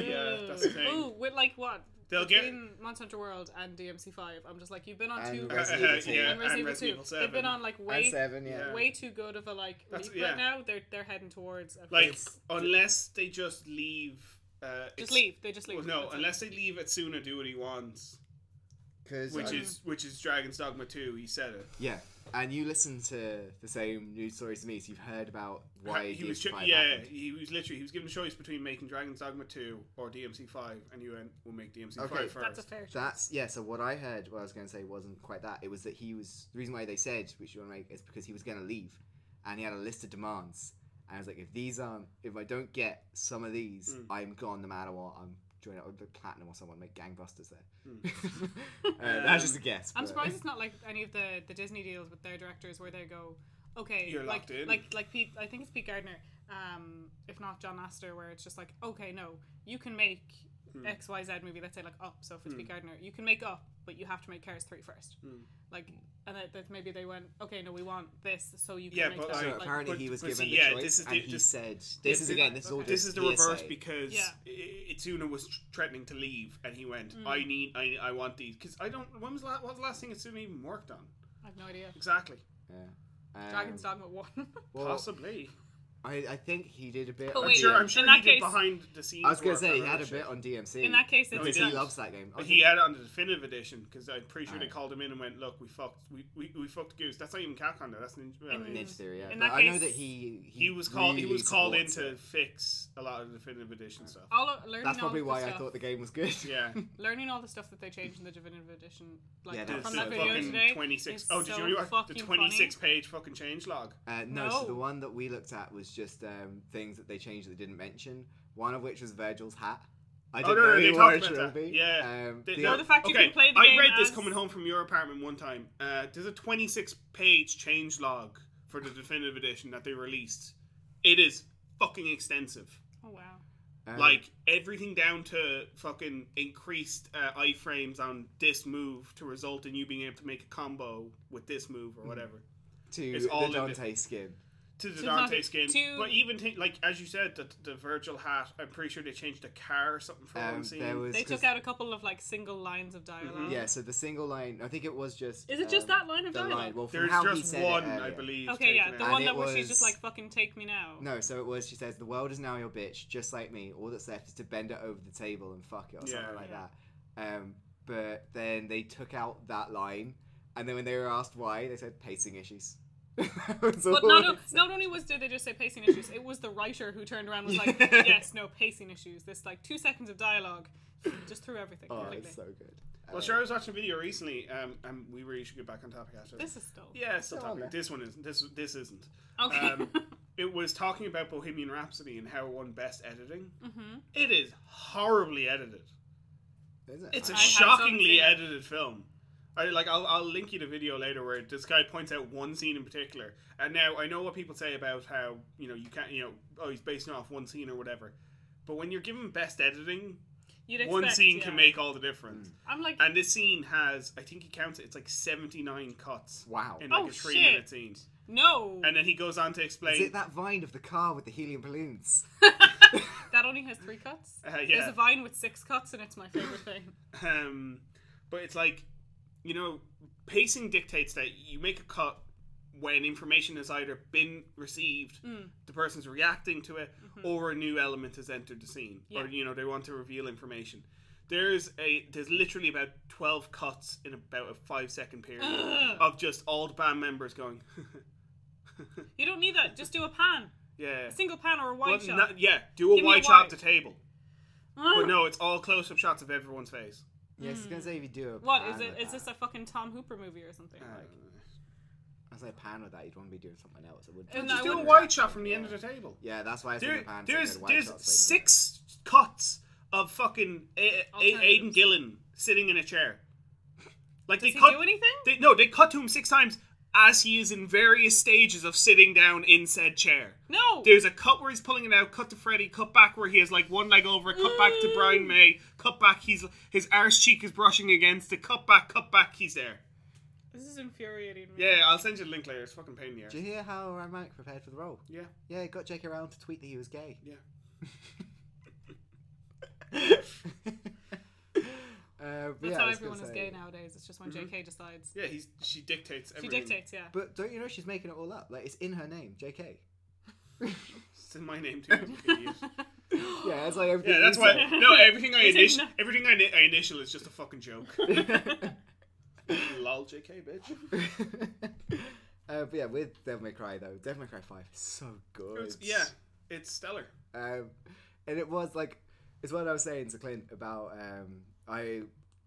A: yeah, that's the thing.
C: Mm. Ooh, with like what?
A: They'll get-
C: Between Monster Hunter World and DMC5, I'm just like, you've been on
B: And
C: two
B: Resident Evil two.
A: Yeah,
C: and Resident
A: and
C: Evil 2.
A: Resident Evil
C: They've been
A: 7.
C: on like
B: and
C: way
B: seven, yeah.
A: Yeah.
C: way too good of a like
A: That's-
C: leap
A: yeah.
C: right now. They're they're heading towards a
A: Like,
C: place.
A: unless they just leave. Uh,
C: just
A: it's-
C: leave. They just leave.
A: Well, no,
C: That's it.
A: unless they leave Etsuna do what he wants,
B: Cause
A: which
B: I-
A: is which is Dragon's Dogma 2, he said it.
B: yeah. And you listen to the same news stories as me, so you've heard about why
A: he was
B: DMC5
A: cho- yeah,
B: happened.
A: he was literally he was given a choice between making Dragon's Dogma 2 or DMC5 and you went we'll make DMC5
B: Okay.
A: first.
C: that's a fair. shot.
B: That's yeah. So what I heard, what I was going to say, wasn't quite that. It was that he was the reason why they said we should make is because he was going to leave, and he had a list of demands. And I was like, if these aren't, if I don't get some of these,
A: Hmm.
B: I'm gone no matter what. I'm joining up with platinum or someone make gangbusters there.
A: Hmm.
B: <laughs> Uh, that's
A: Um,
B: just a guess.
C: I'm
B: but-
C: surprised it's not like any of the the Disney deals with their directors where they go, okay,
A: You're
C: like
A: locked in.
C: like like Pete. I think it's Pete Gardner, um, if not John Lasseter, where it's just like, okay, no, you can make
A: Hmm.
C: X Y Z movie. Let's say like Up. So if it's Pete Gardner, you can make Up, but you have to make Cars three first.
A: Hmm.
C: Like, and that, that maybe they went, okay, no, we want this, so you can
A: Yeah,
C: make
A: but,
C: that.
A: like,
B: <laughs> So
A: Sorry,
C: like,
B: apparently
A: but-
B: he was
A: but
B: given
A: see,
B: the
A: yeah,
B: choice,
A: this is
B: and
A: the-
B: he
A: this-
B: said, "This is
A: the-
B: again. This is all
C: okay.
A: This
B: just
A: is the reverse
B: hearsay.
A: because
C: Yeah. Mm.
A: I- I- Itsuna was tr- threatening to leave and he went I need I, I want these because I don't when was the last, what was the last thing Itsuna even worked on
C: I have no idea.
A: exactly
B: Yeah. Um,
C: Dragon's Dogma one. <laughs>
B: well,
A: possibly
B: I, I think he did a bit.
C: Oh,
B: on
C: wait.
A: sure I'm
B: DMC.
A: sure
C: In
A: he
C: that
A: did
C: case-
A: behind the scenes
B: I was going
A: work
B: to say
A: on
B: he had
A: other
B: a bit
A: shit.
B: on DMC.
C: In that case, it's
B: because
A: he
B: he
A: didn't.
B: loves that game. I
A: He had it on the definitive edition because I'm pretty sure they
B: Alright.
A: called him in and went, "Look, we fucked, we, we, we fucked Goose." That's not even Capcom though. That's Ninja. well,
C: In-
A: it
B: Ninja
A: is.
B: Theory, yeah.
C: In
B: but
C: that
B: I know
C: case-
B: that he
A: he, was called. he
B: really
A: was called in
B: supports
A: to
B: it.
A: fix a lot of the definitive edition stuff.
C: all of, learning
B: That's
C: all
B: probably
C: of the
B: why I
C: stuff,
B: thought the game was good.
A: Yeah.
C: learning all the stuff that they changed in the definitive edition, like
B: Yeah,
C: from
B: that's
C: that
B: the
C: video
A: fucking
C: today.
A: twenty six.
C: is
A: Oh, did
C: so
A: you watch the
C: fucking
A: twenty six page fucking change log?
B: <laughs> Uh, no, so the
C: No.
B: one that we looked at was just um, things that they changed that they didn't mention. One of which was Virgil's hat. I
A: Oh
B: didn't
A: no, no,
B: know
A: they
B: he wore
A: talked
B: a
A: about that.
B: trilby.
A: Yeah.
B: Um,
A: They-
B: the
A: no,
C: Oh,
B: other-
C: the fact you
A: okay,
C: can play the
A: I
C: game
A: read this
C: as-
A: coming home from your apartment one time. Uh, there's a twenty six page change log for the definitive edition that they released. It is fucking extensive.
C: Oh wow.
B: um,
A: Like everything down to fucking increased uh, iframes on this move to result
B: Mm-hmm.
A: in you being able to make a combo with this move or whatever.
B: to
A: it's all
B: the
A: in the-
B: Dante skin.
A: to the
C: To
A: Dante
C: Dante.
A: skin.
C: To-
A: But even thi- like as you said, the, the Virgil hat. I'm pretty sure they changed the car or something for
B: Um,
A: one scene.
B: there was
C: They took
B: 'cause-
C: out a couple of like single lines of dialog
B: Yeah, so the single line. I think it was just.
C: Is it just
B: um,
C: that line of
B: the
C: dialogue?
B: line- well, from
A: There's
B: how he
A: just
B: said it
A: one, I
B: earlier.
A: believe.
C: Okay, yeah,
A: taken
C: the
A: out.
B: And
C: one
B: it
C: that was... she's just
B: was-
C: like fucking take me now.
B: No, so it was. She says, "The world is now your bitch, just like me. All that's left is to bend it over the table and fuck it, or
A: Yeah.
B: something like that." Um, but then they took out that line, and then when they were asked why, they said pacing issues. <laughs> That was
C: But
B: all "Oh,
C: not,
B: it <laughs>
C: o- not only was did they just say pacing issues, it was the writer who turned around and was like,
B: Yeah.
C: yes, no pacing issues. This like two seconds of dialogue just threw everything.
B: Oh,
C: completely.
B: it's so good.
A: Well,
B: Uh,
A: sure. I was watching a video recently, um, and we really should get back on topic after this.
C: This is still
A: Yeah, it's still
B: Still on
A: topic.
B: there.
A: This one isn't. This this isn't.
C: okay. <laughs>
A: Um, it was talking about Bohemian Rhapsody and how it won best editing.
C: Mhm.
A: It is horribly edited.
B: Is it? Ah,
A: It's a
C: I have
A: shockingly
C: something.
A: edited film. I like. I'll, I'll link you the video later where this guy points out one scene in particular. And now I know what people say about how you know you can't you know oh he's basing it off one scene or whatever. But when you're given best editing,
C: You'd expect,
A: one scene
C: yeah.
A: can make all the difference.
C: I'm like,
A: And this scene has I think he counts it. It's like 79 cuts
B: <laughs> wow.
A: in like
C: Oh,
A: a three
C: shit.
A: minute scene.
C: no.
A: And then he goes on to explain.
B: Is it that vine of the car with the helium balloons?
C: that only has three cuts.
A: Uh,
C: There's
A: yeah.
C: a vine with six cuts, and it's my favorite thing.
A: Um, but it's like, you know, pacing dictates that you make a cut when information has either been received,
C: Hmm.
A: the person's reacting to it, or a new element has entered the scene, or
C: Mm-hmm. Yeah.
A: you know they want to reveal information. There's a there's literally about twelve cuts in about a five second period of just all the band members going, <laughs>
C: You don't need that. Just do a pan,
A: yeah,
C: a single pan or a wide
A: Well,
C: shot.
A: not- yeah, do a
C: Give me a
A: wide shot
C: wide.
A: to table,
C: Ah.
A: but no, it's all close up shots of everyone's face.
B: Yes, it's gonna say if you do a
C: Hmm. What
B: pan
C: is it?
B: with
C: Is
B: that-
C: this a fucking Tom Hooper movie or something?
A: Uh,
C: like,
B: I was like pan with that. You'd want to be doing something else. It would.
C: Uh, no,
A: Just
C: I
A: do a
C: wouldn't.
A: wide shot from the end of the table.
B: Yeah, that's why I
A: There-
B: think the pan.
A: there's
B: so good, wide
A: there's
B: shots, like-
A: six cuts of fucking a- a- Aiden
C: Alternatives.
A: Gillen sitting in a chair. Like
C: does
A: they
C: he
A: cut.
C: do anything?
A: They, no, they cut to him six times as he is in various stages of sitting down in said chair.
C: no.
A: There's a cut where he's pulling it out, cut to Freddy, cut back where he has like one leg over, cut back to Brian
C: Mm.
A: May, cut back he's his arse cheek is brushing against it, cut back, cut back, he's there.
C: This is infuriating me.
A: Yeah, I'll send you the link later. It's fucking pain in the ass.
B: Did you hear how Ramak prepared for the role?
A: Yeah,
B: Yeah, it got J.K. Rowling to tweet that he was gay.
A: yeah.
B: <laughs> Uh, but
C: That's
B: yeah, I
C: how
B: was
C: everyone
B: gonna
C: is
B: say-
C: gay nowadays. It's just when JK decides.
A: Yeah, he's she dictates
C: She
A: everything.
C: dictates, yeah.
B: But don't you know she's making it all up? Like it's in her name, J.K.
A: It's in my name too. you
C: <laughs>
A: idiot.
B: Yeah, it's like everything.
A: Yeah, that's
B: you
A: why.
B: said.
A: No, everything I
C: It's
A: initial,
C: igno-
A: everything I, ni- I initial is just a fucking joke. Lol, JK, bitch.
B: <laughs> uh, but yeah, with Devil May Cry though, Devil May Cry Five is so good.
A: <laughs> It's- yeah, it's stellar.
B: um, and it was like it's what I was saying to Clint about um, I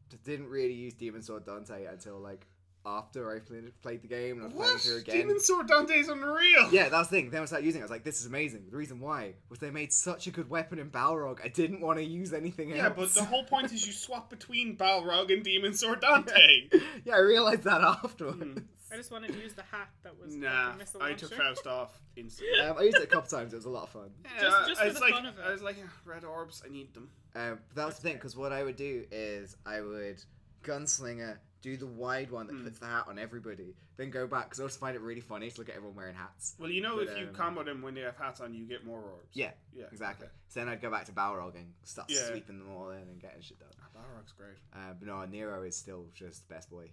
B: d- didn't really use Demon Sword Dante until like after I played, played the game and I was playing
A: What?
B: through again.
A: Demon Sword Dante's unreal.
B: yeah, that was the thing. Then I started using it. I was like, this is amazing. The reason why was they made such a good weapon in Balrog. I didn't want to use anything
A: Yeah,
B: else.
A: but
B: <laughs>
A: the whole point is you swap between Balrog and Demon Sword Dante. <laughs>
B: yeah, I realized that afterwards.
A: Hmm.
C: I just wanted to use the hat that was
A: nah,
C: fucking missile
A: I
C: launcher.
A: took Faust off
C: <laughs>
A: instantly.
B: <laughs> Um, I used it a couple times. It was a lot of fun.
A: Yeah,
C: just
A: I
C: for
A: was
C: the
A: like,
C: fun of it.
A: I was like, "Ah, red orbs, I need them.
B: Um, but that was the thing, because what I would do is I would gunslinger, do the wide one
A: Hmm.
B: that puts the hat on everybody, then go back, because I also find it really funny to look at everyone wearing hats.
A: Well, you know,
B: But,
A: if you
B: um,
A: combo them when they have hats on, you get more orbs.
B: Yeah,
A: Yeah,
B: exactly.
A: okay.
B: So then I'd go back to Balrog and start
A: Yeah.
B: sweeping them all in and getting shit done.
A: Ah, Balrog's great.
B: Uh, but no, Nero is still just the best boy.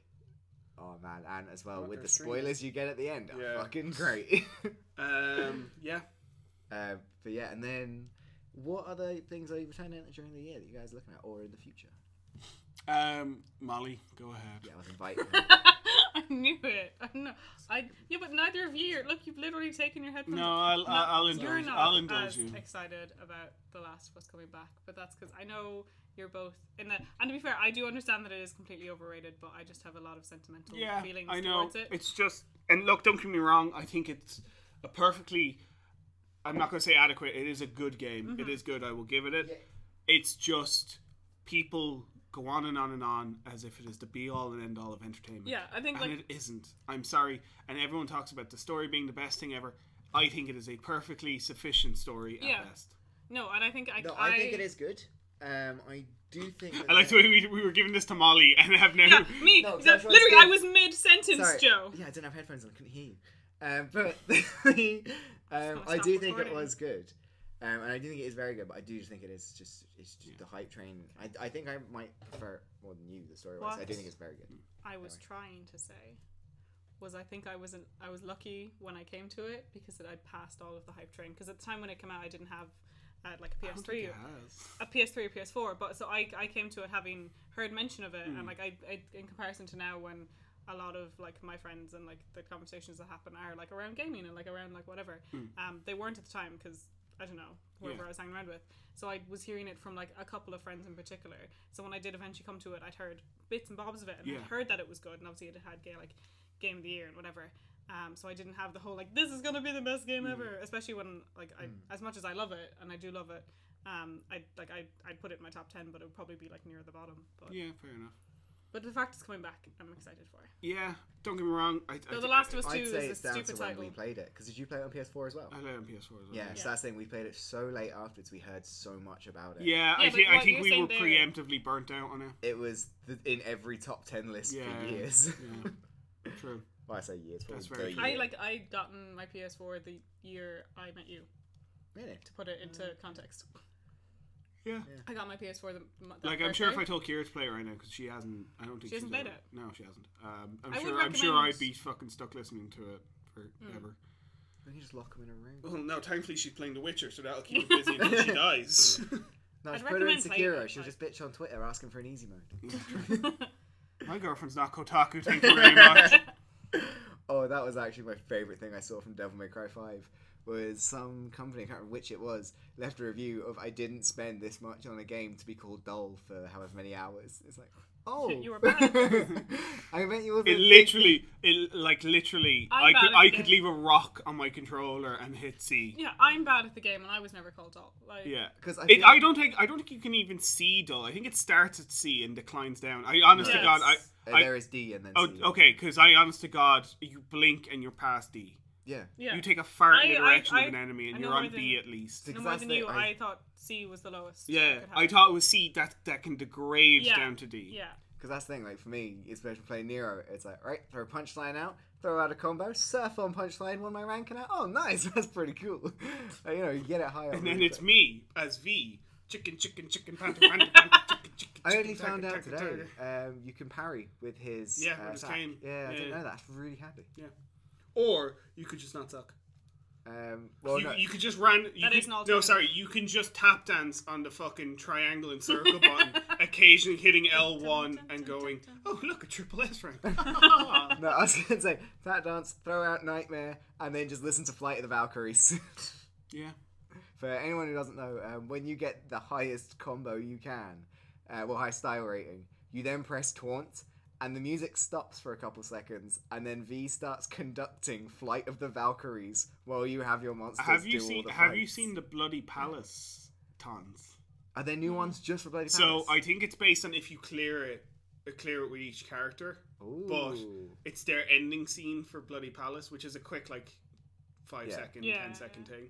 B: Oh man, and as well
A: Fuck,
B: with
A: they're
B: the
A: streaming.
B: spoilers you get at the end, are
A: Yeah.
B: fucking great. <laughs>
A: Um, yeah.
B: uh, but yeah, and then what other things are you returning during the year that you guys are looking at or in the future?
D: Um, Molly, go ahead.
B: Yeah, I was invited.
C: <laughs> <laughs> I knew it. I know. I yeah, but neither of you. Look, you've literally taken your headphones.
D: No,
C: off.
D: I'll, I'll, I'll
C: You're
D: indulge.
C: not
D: I'll indulge
C: as
D: you.
C: excited about The Last of Us coming back, but that's because I know you're both in that. And to be fair, I do understand that it is completely overrated, but I just have a lot of sentimental
D: Yeah,
C: feelings
D: I know.
C: towards it.
D: It's just, and look, don't get me wrong. I think it's a perfectly. I'm not going to say adequate. It is a good game. It
C: Mm-hmm.
D: is good. I will give it it. It's just people go on and on and on as if it is the be all and end all of entertainment.
C: yeah, I think like
D: and it isn't. I'm sorry. And everyone talks about the story being the best thing ever. I think it is a perfectly sufficient story
C: Yeah.
D: at best.
C: no, and I think I,
B: no, I, think it is good. Um, I do think. that
D: <laughs> I like the way we, we were giving this to Molly and have now.
C: <laughs> Yeah,
D: <laughs>
C: me.
B: No,
C: that-
B: that's what
C: literally,
B: it's
C: I was mid sentence,
B: Sorry.
C: Joe.
B: Yeah, I didn't have headphones on. I couldn't hear you. Um, but <laughs> the, um,
C: gonna
B: I
C: stop
B: do think it
C: recording.
B: was good, um, and I do think it is very good. But I do just think it is just it's just the hype train. I, I think I might prefer it more than you the story wise. I do
C: What?
B: think it's very good.
C: I was trying to say was I think I was an, I was lucky when I came to it because it, I'd passed all of the hype train because at the time when it came out I didn't have uh, like a PS3 a PS3 or PS4 but so I, I came to it having heard mention of it and like I, I in comparison to now when a lot of like my friends and like the conversations that happen are like around gaming and like around like whatever um, they weren't at the time because I don't know whoever I was hanging around with so I was hearing it from like a couple of friends in particular so when I did eventually come to it I'd heard bits and bobs of it and
D: Yeah.
C: I'd heard that it was good and obviously it had gay like game of the year and whatever um, so I didn't have the whole like this is gonna be the best
D: Mm.
C: game ever especially when like I as much as I love it and I do love it um, I'd like I'd, I'd put it in my top ten, but it would probably be like near the bottom. But
D: Yeah, fair enough.
C: but the fact it's coming back, I'm excited for.
D: Yeah, don't get me wrong. I, I,
C: Though The Last of Us Two
B: I'd say
C: is a
B: it's down to
C: stupid title.
B: when we played it because did you play it on PS4 as well?
D: I play on PS4 as well.
B: yeah,
C: Yeah.
B: so that's the thing. We played it so late afterwards. We heard so much about it.
D: Yeah, I,
C: but
D: thi- I
C: what
D: think
C: you're
D: we
C: saying
D: were
C: there-
D: preemptively burnt out on it.
B: It was th- in every top ten list
D: Yeah,
B: for years.
D: yeah. True.
B: <laughs> well, I say years. Probably
D: That's very
B: the
D: true.
C: I
B: year.
C: like I gotten my PS4 the year I met you.
B: Really?
C: To put it into
D: Mm.
C: context,
D: Yeah.
C: I got my PS4 the m- that
D: Like I'm sure if I
C: birthday.
D: told Kira to play it right now because she hasn't, I don't think
C: She hasn't
D: she's
C: played
D: ever-
C: it.
D: No, she hasn't. Um, I'm
C: I would
D: sure. I'm sure
C: recommend- Hmm.
D: I'd be fucking stuck listening to it forever.
B: We can just lock them in a room.
A: Well, no, thankfully she's playing The Witcher, so that'll keep her busy until
C: <laughs>
A: she dies.
B: No,
C: I'd
B: just put her in
C: recommend playing
B: Sekiro.
C: it,
B: She'll
C: like-
B: just bitch on Twitter asking for an easy mode.
D: <laughs> My girlfriend's not Kotaku. Thank you
C: <laughs>
D: very much.
B: Oh, that was actually my favorite thing I saw from Devil May Cry Five. Was some company I can't remember which it was left a review of I didn't spend this much on a game to be called dull for however many hours. It's like, oh,
C: You were bad.
B: <laughs> I bet you wasn't.
D: It literally, it like literally,
C: I'm
D: i
C: bad
D: could
C: at
D: I
C: the
D: could leave
C: game.
D: a rock on my controller and hit C.
C: <laughs> yeah, I'm bad at the game and I was never called dull. Like,
D: Yeah,
B: 'Cause I
D: It-
B: think-
D: I don't think I don't think you can even see dull. I think it starts at C and declines down. I honest to
C: Yes.
D: God, I,
B: Uh,
D: I
B: there is D and then
D: oh,
B: C.
D: okay, because I honest to God, you blink and you're past D.
B: Yeah.
C: yeah.
D: You take a fart in the
C: I- I-
D: direction
C: I-
D: of an enemy and
C: I know
D: you're on
C: more
D: B
C: than-
D: at least.
C: no more than you. I,
B: I,
C: thought C was the lowest.
D: Yeah,
C: could have.
D: I thought it was C that that can degrade
C: Yeah.
D: down to D.
C: Yeah,
B: Because that's the thing, like for me, especially playing Nero, it's like, right, throw a punchline out, throw out a combo, surf on punchline, one my ranking out. Oh, nice, <laughs> that's pretty cool. Uh, you know, you get it higher.
D: And then it's me as V. Chicken, chicken, chicken, panta, panta, panta, chicken, chicken.
B: I only
D: chicken,
B: found
D: tiger,
B: out
D: tiger,
B: today.
D: tiger.
B: Um, you can parry with his
A: Yeah,
B: uh,
A: with his
B: attack.
A: cane.
B: Yeah, I didn't
A: Yeah.
B: know that. I'm really happy.
A: or you could just not suck.
B: Um, well,
A: you,
B: no,
A: you could just ran. You
C: That
A: could,
C: is an
A: no,
C: alternative.
A: sorry, you can just tap dance on the fucking triangle and
C: <laughs>
A: circle button, occasionally hitting L one and going, "Oh look, a triple S
C: <laughs>
A: rank."
B: <laughs>
A: <laughs>
B: no, I was gonna say that dance, throw out nightmare, and then just listen to Flight of the Valkyries. <laughs>
D: Yeah.
B: For anyone who doesn't know, um, when you get the highest combo you can, uh, well, high style rating, you then press taunt, and the music stops for a couple seconds, and then V starts conducting Flight of the Valkyries while you have your monsters
D: Have you
B: do all
D: seen
B: the
D: Have you
B: fights.
D: seen the bloody palace tons?
B: Are there new ones just for Bloody
D: So I
B: Palace?
D: think it's based on if you clear it,
A: I uh, clear it with each character,
B: Ooh.
A: but it's their ending scene for Bloody Palace, which is a quick like five
B: Yeah.
A: second,
C: Yeah,
A: ten second thing.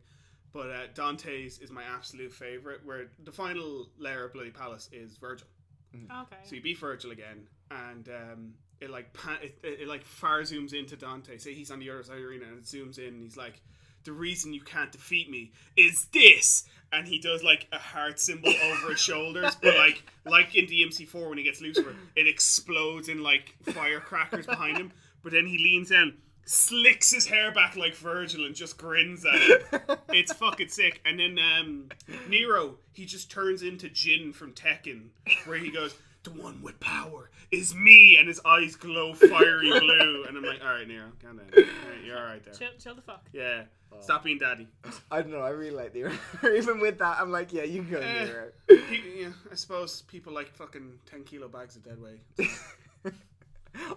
A: But uh, Dante's is my absolute favorite. Where the final layer of Bloody Palace is Virgil.
C: okay.
A: So you beat Virgil again, and um, it like pan- it, it, it like far zooms into Dante. Say he's on the other side of the arena, and it zooms in. And he's like, "The reason you can't defeat me is this," and he does like a heart symbol over his shoulders, but like like in DMC4 when he gets Lucifer, it explodes in like firecrackers behind him. But then he leans in. Slicks his hair back like Virgil and just grins at it. It's fucking sick. And then um, Nero, he just turns into Jin from Tekken, where he goes, the one with power is me, and his eyes glow fiery blue. And I'm like, all right, Nero, calm down. All right, you're all right there.
C: chill, chill the fuck.
A: Yeah, stop being daddy.
B: I don't know. I really like the <laughs> even with that. I'm like, yeah, you can go
A: Eh.
B: Nero.
A: Pe- yeah, I suppose people like fucking 10 kilo bags of dead weight.
B: <laughs>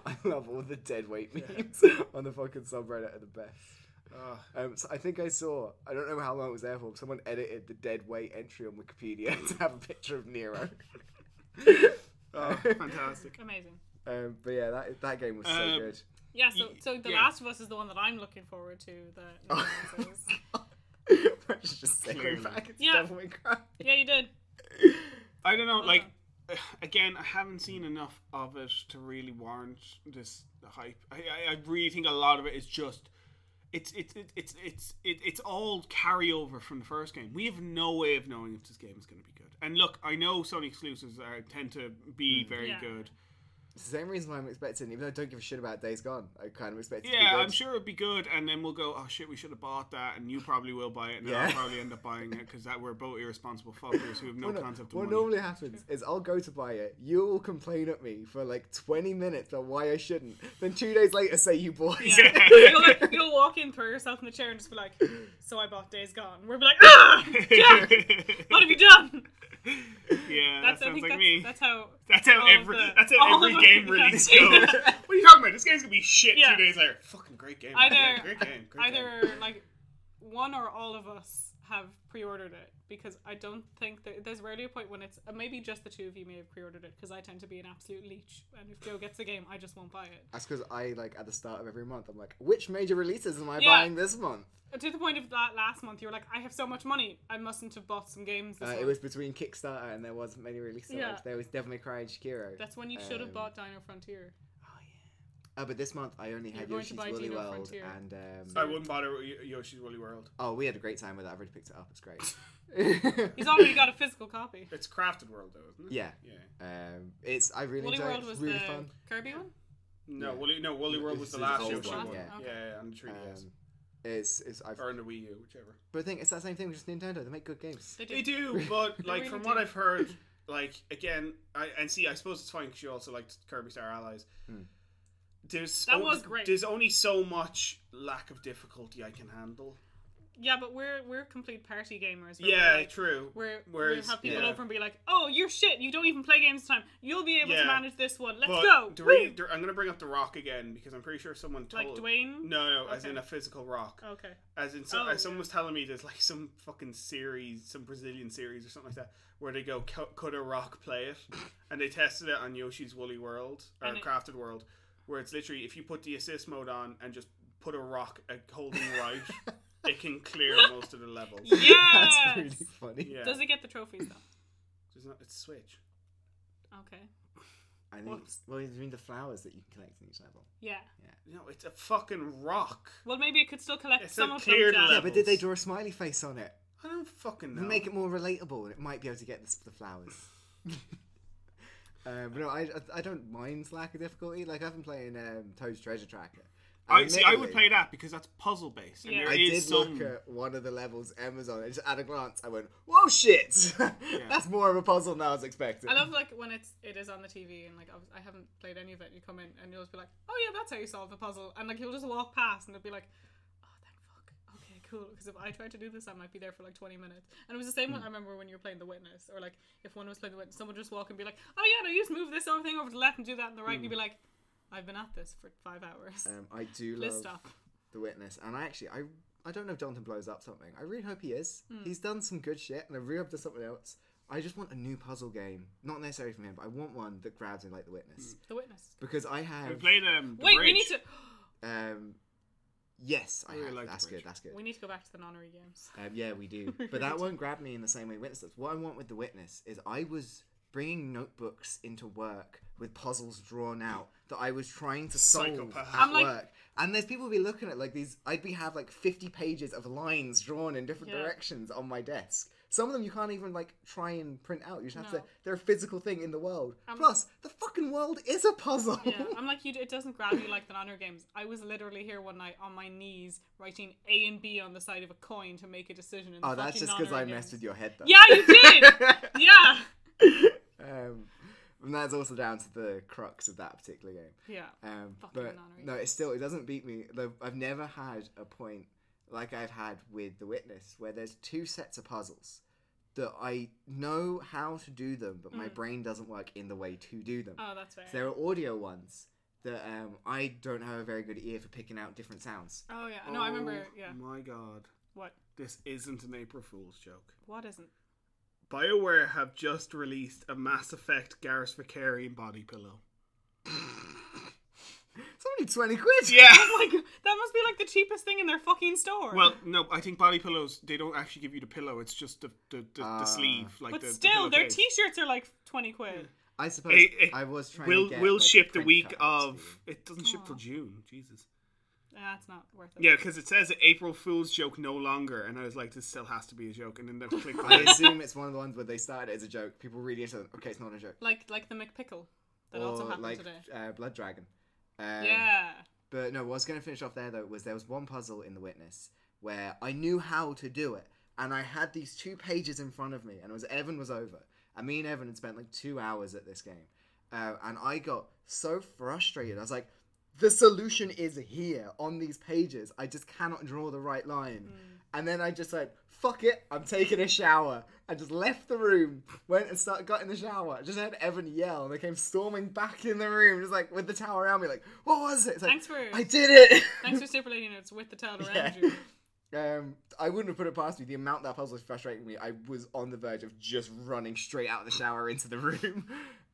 B: I love all the dead weight memes <laughs> on the fucking subreddit are the best.
A: Ugh.
B: Um, so I think I saw. I don't know how long it was there for. But someone edited the dead weight entry on Wikipedia <laughs> to have a picture of Nero. <laughs>
A: Oh, fantastic.
C: Amazing.
B: um, but yeah, that that game was so
D: Um,
B: good.
C: Yeah. So so The
D: yeah.
C: Last of Us is the one that I'm looking forward to.
D: <laughs>
C: That no one else is.
B: <laughs> I should just say go back. It's
C: Yeah.
B: Devil May Cry.
C: yeah,
D: <laughs>
C: you did.
D: I don't know. Like <sighs> again, I haven't seen enough of it to really warrant this hype. I, I, I really think a lot of it is just it's it's it, it's it's it, it's all carryover from the first game. We have no way of knowing if this game is going to be good. And look, I know Sony exclusives are, tend to
B: Hmm.
D: be very
C: Yeah.
D: good.
B: It's the same reason why I'm expecting, even though I don't give a shit about Days Gone, I kind of expect it to be
D: Yeah,
B: good.
D: I'm sure it'd be good, and then we'll go. Oh shit, we should have bought that, and you probably will buy it, and then
B: Yeah.
D: I'll probably end up buying it because that we're both irresponsible fuckers who have no
B: What no-
D: concept of
B: what
D: money.
B: normally happens is I'll go to buy it, you'll complain at me for like 20 minutes on why I shouldn't, then two days later say you bought it.
C: Yeah. you'll, like, you'll walk in, throw yourself in the chair, and just be like, "So I bought Days Gone." We'll be like,
D: <laughs>
C: "Ah, Jack,
B: <laughs>
C: what have you done?"
D: yeah, that
C: That's I
D: sounds
C: think
D: like
C: that's,
D: me.
C: that's how.
D: That's how
C: all of
D: every
C: the-
D: that's
C: all
D: how every
C: of the-
D: game
C: yeah. <laughs>
D: release goes.
A: What are you talking about? This game's gonna be shit
C: Yeah.
A: two days later. Fucking great game.
C: Either-
A: Yeah, <laughs> great game. Great game.
C: Either like one or all of us have pre-ordered it because I don't think that, there's rarely a point when it's uh, maybe just the two of you may have pre-ordered it because I tend to be an absolute leech, and if Joe gets the game, I just won't buy it.
B: <laughs> That's because I, like, at the start of every month, I'm like, which major releases am I
C: Yeah.
B: buying this month?
C: To the point of that last month, you were like, "I have so much money, I mustn't have bought some games." This
B: Uh,
C: month."
B: it was between Kickstarter and there wasn't many releases.
C: Yeah.
B: There was Devil May Cry and Shikiro.
C: That's when you should have
B: um,
C: bought Dino Frontier.
B: Oh, but this month I only
C: You're
B: had
C: going to
B: Yoshi's
C: buy
B: Woolly
C: Dino
B: World
C: Frontier.
B: and um,
A: I wouldn't bother with Y- Yoshi's Woolly World.
B: oh, we had a great time with that. I've already picked it up. It's great.
C: <laughs>
B: <laughs>
C: He's already got a physical copy.
A: It's Crafted World though, isn't it?
B: yeah,
A: Yeah.
B: um, it's I <laughs> really
C: Woolly
B: enjoyed.
C: World
B: it.
C: was
B: It's really
C: the
B: fun.
C: Kirby one.
A: No,
B: Yeah.
A: Woolly no Woolly World
B: This
A: was the
B: is
A: last
B: old
A: Yoshi
C: one,
A: one.
C: yeah.
A: Yeah, yeah, on the 3DS
B: Um, it's it's I've,
A: or on the Wii U, whichever.
B: but I think it's that same thing with just Nintendo. They make good games. <laughs>
C: <laughs> They
A: They
C: did.
A: do, but like
C: really
A: from what
C: do.
A: I've heard, like again, I and see, I suppose it's fine because you also liked Kirby Star Allies.
B: Hmm.
A: There's
C: That
A: on-
C: was great.
A: There's only so much lack of difficulty I can handle.
C: Yeah, but we're we're complete party gamers. where
A: yeah,
C: we're like,
A: true.
C: we're,
A: Whereas-
C: we'll have people
A: yeah.
C: over and be like, "Oh, you're shit. You don't even play games this time. You'll be able to
A: Yeah.
C: manage this one. Let's
A: But
C: go."
A: the
C: Woo!"
A: re- the- I'm gonna bring up the Rock again because I'm pretty sure someone
C: like
A: told.
C: Dwayne.
A: no, no, as
C: Okay.
A: in a physical rock.
C: Okay.
A: As in, so,
C: Oh,
A: as someone
C: yeah.
A: was telling me, there's like some fucking series, some Brazilian series or something like that, where they go, "Cu- could a rock play
C: <laughs>
A: it? And they tested it on Yoshi's Woolly World or
C: And it-
A: Crafted World, where it's literally if you put the assist mode on and just put a rock uh, holding right,
C: <laughs>
A: it can clear most of the levels.
C: Yes.
B: That's really funny.
A: Yeah,
C: Does it get the trophies though?
A: it's, not, it's Switch.
C: Okay.
B: I think.
C: What's-
B: Well, you mean the flowers that you can collect in each level?
C: Yeah.
A: No, it's a fucking rock.
C: Well, maybe it could still collect
A: It's a
C: some of them.
A: cleared
C: Jack.
B: Yeah,
A: level.
B: but did they draw a smiley face on it?
A: I don't fucking know.
B: Make it more relatable, and it might be able to get the, the <laughs> flowers. um, but no, I, I don't mind lack of difficulty. Like I've been playing um, Toad's Treasure Tracker.
D: I see. I would
B: Admittedly,
D: play that because that's puzzle based. And
C: Yeah.
D: there
B: I
D: is
B: did
D: some.
B: look at one of the levels Amazon, and just at a glance, I went, "Whoa, shit! <laughs> That's more of a puzzle than I was expecting."
C: I love like when it's it is on the TV and like I was- I haven't played any of it. You come in and you'll just be like, oh yeah, that's how you solve the puzzle, and like you'll just walk past and it'll be like, oh thank fuck, okay cool. Because if I tried to do this, I might be there for like twenty minutes. And it was the same.
D: Hmm.
C: one I remember when you were playing The Witness, or like if one was playing The Witness, someone would just walk and be like, oh yeah, no, you just move this other thing over to the left and do that and the right, and you'd
D: Hmm.
C: be like, I've been at this for five hours.
B: Um, I do
C: Please
B: love
C: stop.
B: the witness, and I actually, I, I don't know if Dalton blows up something. I really hope he is. He's done some good shit, and I really hope there's something else. I just want a new puzzle game, not necessarily from him, but I want one that grabs me like the witness
C: The Witness.
B: because I
D: We
B: have.
D: played um. The
C: Wait, we
D: Bridge.
C: need to <gasps>
B: Um, yes, I
D: really
B: have.
D: like The
B: that's good.
D: Bridge.
B: That's good.
C: we need to go back to the nonary games.
B: Um, yeah, we
C: <laughs>
B: do. But that won't grab me in the same way Witness does. What I want with The Witness is I was bringing notebooks into work with puzzles drawn out that I was trying to solve
A: Psychopath.
B: at
C: I'm like-
B: work. And there's people be looking at like these. I'd be have like 50 pages of lines drawn in different
C: Yeah.
B: directions on my desk. Some of them you can't even like try and print out. You just have to.
C: No.
B: They're a physical thing in the world.
C: Um,
B: Plus, the fucking world is a puzzle. <laughs>
C: Yeah, I'm like you. It doesn't grab you like the honor games. I was literally here one night on my knees writing A and B on the side of a coin to make a decision. In the
B: oh, that's
C: fucking
B: just because
C: non-honor
B: I
C: games.
B: messed with your head though.
C: Yeah, you did.
B: <laughs>
C: yeah,
B: um, and that's also down to the crux of that particular game.
C: yeah.
B: Um,
C: Fucking
B: but
C: nunnery.
B: no, it still it doesn't beat me. Though I've never had a point like I've had with The Witness where there's two sets of puzzles that I know how to do them, but
D: Mm.
B: my brain doesn't work in the way to do them.
C: Oh, that's fair.
B: So there are audio ones that um, I don't have a very good ear for picking out different sounds. <laughs>
C: oh yeah. No, I remember.
D: Oh
C: Yeah.
D: My God,
C: What?
D: this isn't an April Fool's joke.
C: What isn't? <laughs>
D: BioWare have just released a Mass Effect Garrus Vicarian body pillow.
B: It's only twenty quid.
C: <laughs>
D: Yeah.
C: Like that must be like the cheapest thing in their fucking store.
D: Well, no, I think body pillows they don't actually give you the pillow. It's just the the, the,
B: Ah.
D: the sleeve, like
C: but
D: the, the
C: still, their
D: pillowcase.
C: T-shirts are like twenty quid.
B: I suppose
D: It- it
B: I was trying.
D: Will
B: to get,
D: will
B: like,
D: ship the
B: print
D: week
B: cutouts for
D: of.
B: you.
D: It doesn't ship till June. Jesus.
C: That's not worth it.
D: Yeah, because it says April Fool's joke no longer, and I was like, this still has to be a joke, and then they <laughs> click
B: I
D: on it.
B: assume it's one of the ones where they started as a joke. People read it and okay, it's not a joke.
C: Like like the McPickle that also happened
B: like
C: today.
B: uh, Blood Dragon. Um,
C: yeah.
B: But no, what I was going to finish off there though was there was one puzzle in The Witness where I knew how to do it, and I had these two pages in front of me, and it was Evan was over, and me and Evan had spent like two hours at this game, uh, and I got so frustrated. I was like, the solution is here on these pages. I just cannot draw the right line. And then I just like, fuck it, I'm taking a shower. I just left the room, went and start, got in the shower. I just heard Evan yell, and they came storming back in the room, just like with the towel around me, like, what was it? It's like,
C: Thanks for-
B: I did it.
C: <laughs> Thanks for stipulating it's with the towel
B: <laughs>
C: around
B: Yeah.
C: you.
B: Um, I wouldn't have put it past me. The amount that puzzle was frustrating me, I was on the verge of just running straight out of the shower into the <laughs> room.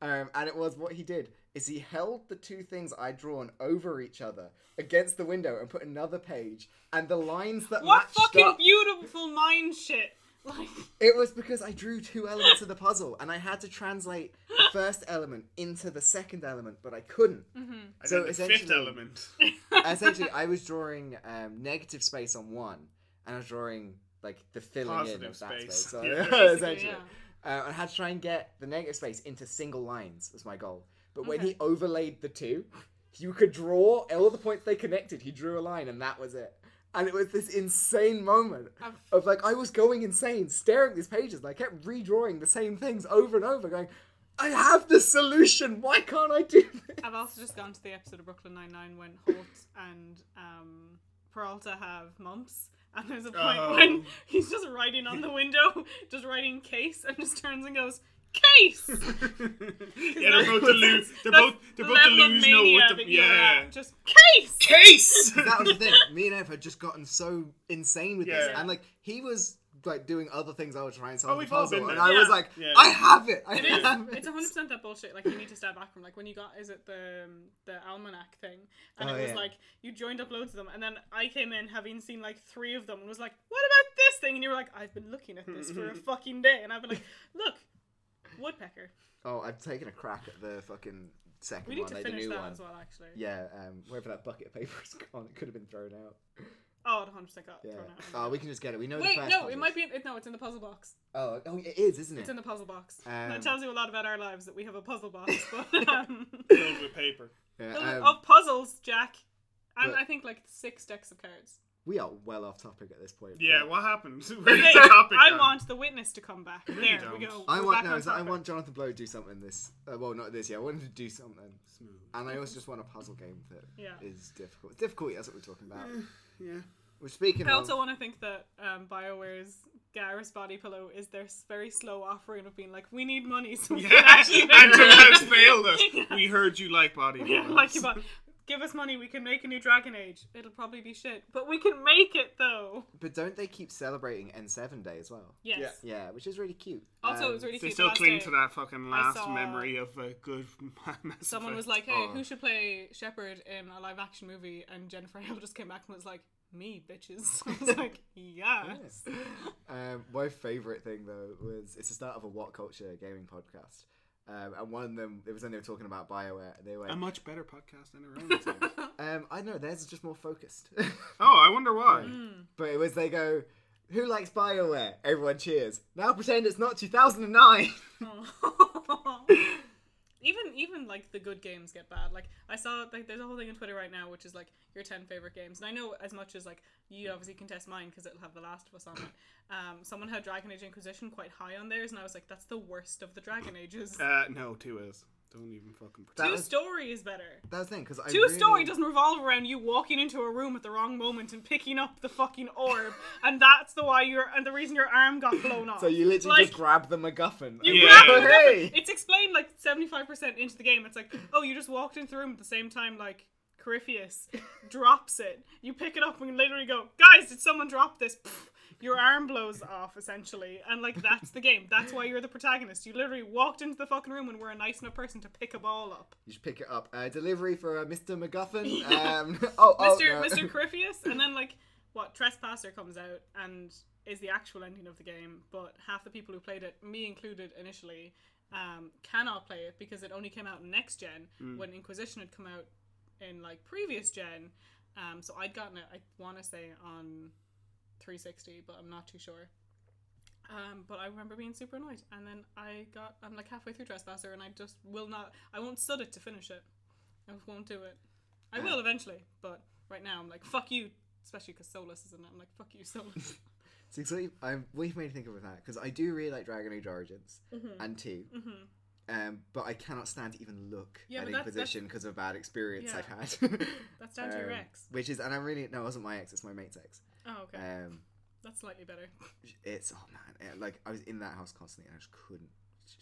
B: Um, and it was what he did is he held the two things I'd drawn over each other against the window and put another page and the lines that
C: What
B: matched
C: fucking
B: up.
C: beautiful mind shit. Like
B: It was because I drew two elements of the puzzle and I had to translate the first element into the second element, but I couldn't.
D: <laughs>
A: And then the fifth
B: essentially-
C: <laughs>
A: element.
B: essentially, I was drawing um, negative space on one, and I was drawing like the filling in
A: Positive
B: of that space.
A: space. <laughs>
B: So, <laughs>
A: Yeah.
B: essentially,
C: yeah.
B: uh, I had to try and get the negative space into single lines. Was my goal. But when he overlaid the two, you could draw all the points they connected. He drew a line, and that was it. And it was this insane moment
C: I've-
B: of like I was going insane, staring at these pages, and I kept redrawing the same things over and over, going, "I have the solution. Why can't I do this?"
C: I've also just gone to the episode of Brooklyn Nine Nine when Holt and um, Peralta have mumps, and there's a point
A: Oh.
C: when he's just writing on the window, <laughs> just writing case, and just turns and goes case.
D: yeah, they're both the lose. They're
C: <laughs> That's
D: both they're
C: the
D: both the
C: level of
D: lose. No,
C: mania
D: what the
C: that you were
D: yeah.
C: at. just case.
D: Case.
B: that was the
A: <laughs>
B: thing. Me and Ev had just gotten so insane with this,
A: Yeah.
B: and like he was like doing other things. I was trying to solve
A: Oh,
B: the
A: we've all
B: puzzle,
A: been
B: and
A: there.
B: I was
C: Yeah.
B: like,
A: Yeah.
B: I have it. I
C: It is.
B: have it.
C: It's 100 percent that bullshit. Like you need to step back from. Like when you got is it the um, the almanac thing, and
B: Oh,
C: it was
B: yeah.
C: like you joined up loads of them, and then I came in having seen like three of them, and was like, "What about this thing?" And you were like, "I've been looking at this
B: <laughs>
C: for a fucking day," and I've been like, "Look, woodpecker.
B: Oh, I've taken a crack at the fucking second
C: We need
B: one,
C: to
B: like the
C: finish
B: new
C: that
B: one.
C: as well, actually."
B: Yeah, um, wherever that bucket of paper is gone, it could have been thrown out.
C: Oh, it 100 percent got
B: Yeah.
C: thrown out.
B: Oh, we can just get it. We know. the
C: Wait, no,
B: first
C: it
B: puzzles.
C: might be. It, no, it's in the puzzle box.
B: Oh, oh, it is, isn't it?
C: It's in the puzzle box.
B: Um,
C: that tells you a lot about our lives that we have a
B: <laughs>
C: puzzle box, but um,
A: filled with paper.
B: Yeah, um,
C: <laughs> of puzzles, Jack, and
B: but-
C: I think like six decks of cards.
B: we are well off topic at this point.
A: Yeah,
B: but
D: <laughs>
A: what happened? Where's
C: Hey,
A: the topic?
C: I
A: gone?
C: want the witness to come back. there we
A: don't.
C: go.
B: I
C: We're
B: want
C: back
B: no.
C: on
B: so I
C: topic.
B: want Jonathan Blow to do something this. Uh, well, not this year. I wanted to do something. And I also just want a puzzle game that is
C: Yeah.
B: difficult. Difficulty, that's what we're talking about.
A: Yeah.
B: We're speaking
C: I also
B: of.
C: want to think that um, Bioware's Garrus body pillow is their s- very slow offering of being like, we need money, so we can
D: <laughs>
A: <laughs>
C: actually
D: and
C: make
D: Tim has failed us. We heard you like body.
C: Yeah,
D: Horror.
C: <laughs> like, but give us money, we can make a new Dragon Age. It'll probably be shit, but we can make it though.
B: But don't they keep celebrating N7 Day as well?
C: Yes.
A: Yeah.
B: Yeah, which is really cute.
C: Also,
B: Um,
C: it was
B: <laughs>
C: really
D: They
C: cute.
D: still
C: the last
D: cling
C: day,
D: to that fucking last
C: saw-
D: memory of a good. <laughs> Mass
C: Someone
D: Effect.
C: was like, "Hey,
B: Oh.
C: who should play Shepard in a live-action movie?" And Jennifer <laughs> Hale just came back and was like, "Me, bitches." <laughs> I was like, "Yes."
B: <laughs> Um, my favorite thing though was it's the start of a What Culture gaming podcast, um, and one of them it was when they were talking about Bioware. They were,
D: a much better podcast than our own. I
C: <laughs>
D: think.
B: um, I don't know, theirs is just more focused. <laughs>
D: oh, I wonder why.
C: Mm. Hmm.
B: but it was they go, "Who likes Bioware?" Everyone cheers. Now pretend it's not 2009.
C: Oh. <laughs> even even like the good games get bad. Like I saw like there's a whole thing on Twitter right now which is like your ten favorite games, and I know as much as like you obviously can test mine because it'll have The Last of Us on
B: <coughs>
C: it. Um, someone had Dragon Age Inquisition quite high on theirs, and I was like, that's the worst of the Dragon Ages.
D: Uh, no, two is. Don't even fucking pretend.
B: That
C: Two
B: was,
C: Story is better.
B: <laughs> that was the thing because
C: Two Story doesn't revolve around you walking into a room at the wrong moment and picking up the fucking orb, and that's the why you're and the reason your arm got blown
B: <laughs>
C: off.
B: So you literally
C: Like,
B: just grab the MacGuffin.
C: You
B: and
D: grab
B: go,
D: the
B: <laughs> hey!
C: It's explained like seventy five percent into the game. It's like, oh, you just walked into the room at the same time like Corypheus drops it. You pick it up and literally go, guys, did someone drop this? Pff, Your arm blows off essentially, and like that's the game. That's why you're the protagonist. You literally walked into the fucking room and were a nice enough person to pick a ball up.
B: You should pick it up. Uh, delivery for uh, Mr.
C: <laughs>
B: MacGuffin. Um, <laughs> oh, oh,
C: Mr.
B: no. <laughs>
C: Mr. Corypheus, and then like what Trespasser comes out and is the actual ending of the game, but half the people who played it, me included initially, um, cannot play it
B: Hmm.
C: because it only came out next gen when Inquisition had come out in like previous gen. Um, so I'd gotten it, I want to say, on 360, but I'm not too sure. Um, but I remember being super annoyed, and then I got I'm like halfway through Trespasser, and I just will not. I won't stud it to finish it. I won't do it. I will eventually, but right now I'm like fuck you, especially because Solus is in it. I'm like fuck you, Solus.
A: <laughs>
B: So, so I'm, what you've made me think of with that because I do really like Dragon Age Origins
A: Mm-hmm.
B: and 2
C: Mm-hmm.
B: um, but I cannot stand to even look
C: Yeah,
B: at
C: but that's- that's-
B: Inquisition because of a bad experience
C: Yeah.
B: I've had.
C: That's <laughs> down to your
B: Um,
C: ex.
B: which is and I'm really no, it wasn't my ex, it's my mate's ex.
C: Oh, okay,
B: Um,
C: that's slightly better.
B: it's oh man, it- like I was in that house constantly and I just couldn't.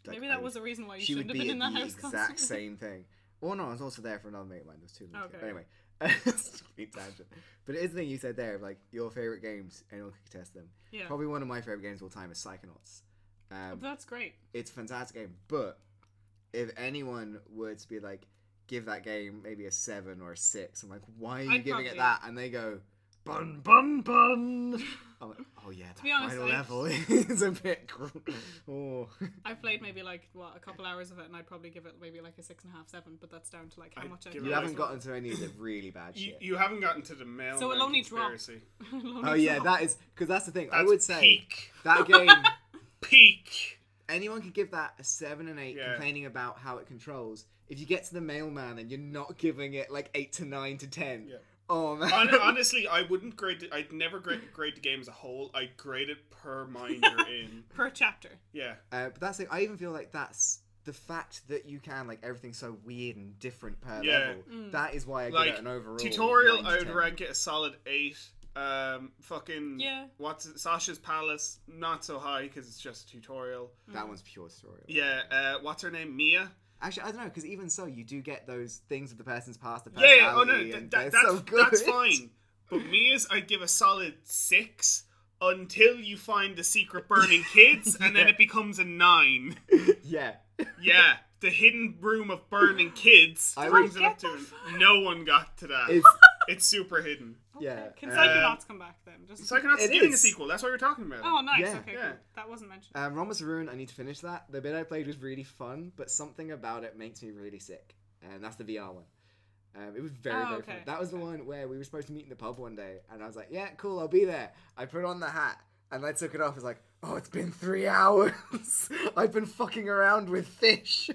B: like,
C: Maybe
B: I
C: that
B: would-
C: was the reason why Oh, you
B: she
C: shouldn't
B: would
C: have
B: be
C: been in
B: at
C: that
B: the
C: house
B: exact
C: constantly. <laughs>
B: same thing. Well, no, I was also there for another mate of mine. There's two of them.
C: Okay.
B: But anyway, <laughs> it's a complete tangent. But it is the thing you said there, of, like your favorite games. Anyone can contest them.
C: Yeah,
B: Probably one of my favorite games of all time is Psychonauts. Um,
C: that's great.
B: it's a fantastic game, but if anyone were to be like, give that game maybe a seven or a six, I'm like, why are you
C: I'd
B: giving
C: probably-
B: it that? And they go, bun bun
C: <laughs>
B: bun. I'm like, oh yeah, that
C: be honest,
B: final
C: I-
B: level <laughs> is a bit. gr- <laughs> oh.
C: I've played maybe like what a couple hours of it, and I'd probably give it maybe like a six and a half, seven. But that's down to like how
A: I'd
C: much I
A: give
B: You
A: Yeah,
B: haven't
A: that's
B: gotten to any of the really bad
A: You,
B: shit.
A: you haven't gotten to the mail.
C: So it'll only drop.
A: conspiracy.
C: <laughs>
A: <laughs>
B: Oh yeah, that is because that's the thing. I
A: That's
B: would say
A: peak. <laughs>
B: that game.
A: Peak.
B: anyone could give that a seven and eight,
A: Yeah.
B: complaining about how it controls. If you get to the mailman and you're not giving it like eight to nine to ten,
A: Yeah.
B: oh man,
A: Hon- honestly, I wouldn't grade. The, I'd never grade, grade the game as a whole. I would grade it per mind <laughs> you're in.
C: per chapter.
A: Yeah,
B: <laughs> Uh, but that's like I even feel like that's the fact that you can like everything's so weird and different per
A: Yeah. Mm.
B: level. That is why I
A: like
B: give it an overall
A: tutorial.
B: nine to
A: I would
B: 10.
A: rank it a solid eight. Um, fucking
C: Yeah.
A: What's it? Sasha's Palace? Not so high because it's just a tutorial.
B: That one's pure tutorial.
A: Yeah. Uh, what's her name? Mia.
B: Actually, I don't know because even so, you do get those things of the person's past. The
A: Yeah. yeah, Oh no,
B: personality,
A: th-
B: and
A: that-
B: they're
A: that's
B: so good.
A: that's fine. But Mia's, I'd give a solid six until you find the secret burning kids, and <laughs> then
B: Yeah.
A: it becomes a nine.
B: <laughs> yeah.
A: Yeah, the hidden room of burning kids
B: I
A: brings
B: would-
A: it up to him. No one got to that.
B: It's,
A: It's super hidden.
B: Yeah,
C: Can
B: uh,
C: Psychonauts come back then? Just
A: Psychonauts is
B: It
A: getting a
B: is.
A: sequel. That's why we're talking about it.
C: oh, nice.
B: Yeah.
C: okay,
A: Yeah.
C: cool. That wasn't mentioned.
B: um, Romus Rune, I need to finish that. The bit I played was really fun, but something about it makes me really sick, and that's the VR one. Um, it was very,
C: Oh,
B: very
C: okay.
B: fun. That was the one where we were supposed to meet in the pub one day, and I was like, "Yeah, cool, I'll be there." I put on the hat, and I took it off. It's like, "Oh, it's been three <laughs> hours. I've been fucking around with fish."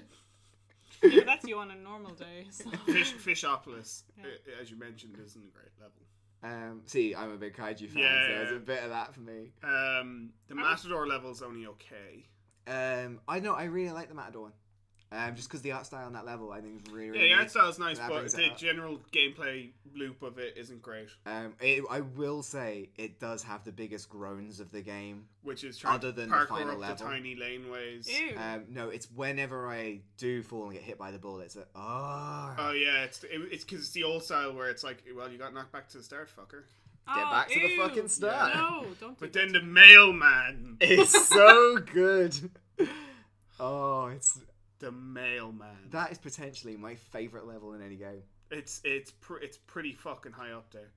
C: Yeah, but that's you on a normal day.
B: <laughs>
C: So.
A: Fish, Fishopolis, i- as you mentioned, isn't a great level.
B: Um, see, I'm a big kaiju fan,
A: Yeah,
B: so
A: yeah,
B: there's
A: yeah.
B: a bit of that for me.
A: Um, the Matador level's only okay.
B: Um, I know I really like the Matador one, um, just because the art style on that level I think is really,
A: Yeah,
B: really.
A: the
B: neat.
A: art style's nice,
B: That
A: but
B: brings it
A: the
B: up.
A: general gameplay loop of it isn't great,
B: Um, it, I will say it does have the biggest groans of the game.
A: which is trying
B: Other
A: to
B: than the
A: parkour
B: final
A: up the
B: level.
A: tiny laneways.
C: Ew.
B: Um, no, it's whenever I do fall and get hit by the ball, it's like, oh,
A: Oh yeah, it's it, it's because it's the old style where it's like, well, you got knocked back to the start, fucker.
B: get
C: Oh,
B: back to the
C: ew.
B: fucking start.
C: No, don't. Do
A: But
C: that
A: then
C: to
A: the
C: me.
A: mailman,
B: <laughs> It's so good. <laughs> Oh, it's
A: the mailman.
B: that is potentially my favorite level in any game.
A: It's it's pr- it's pretty fucking high up there.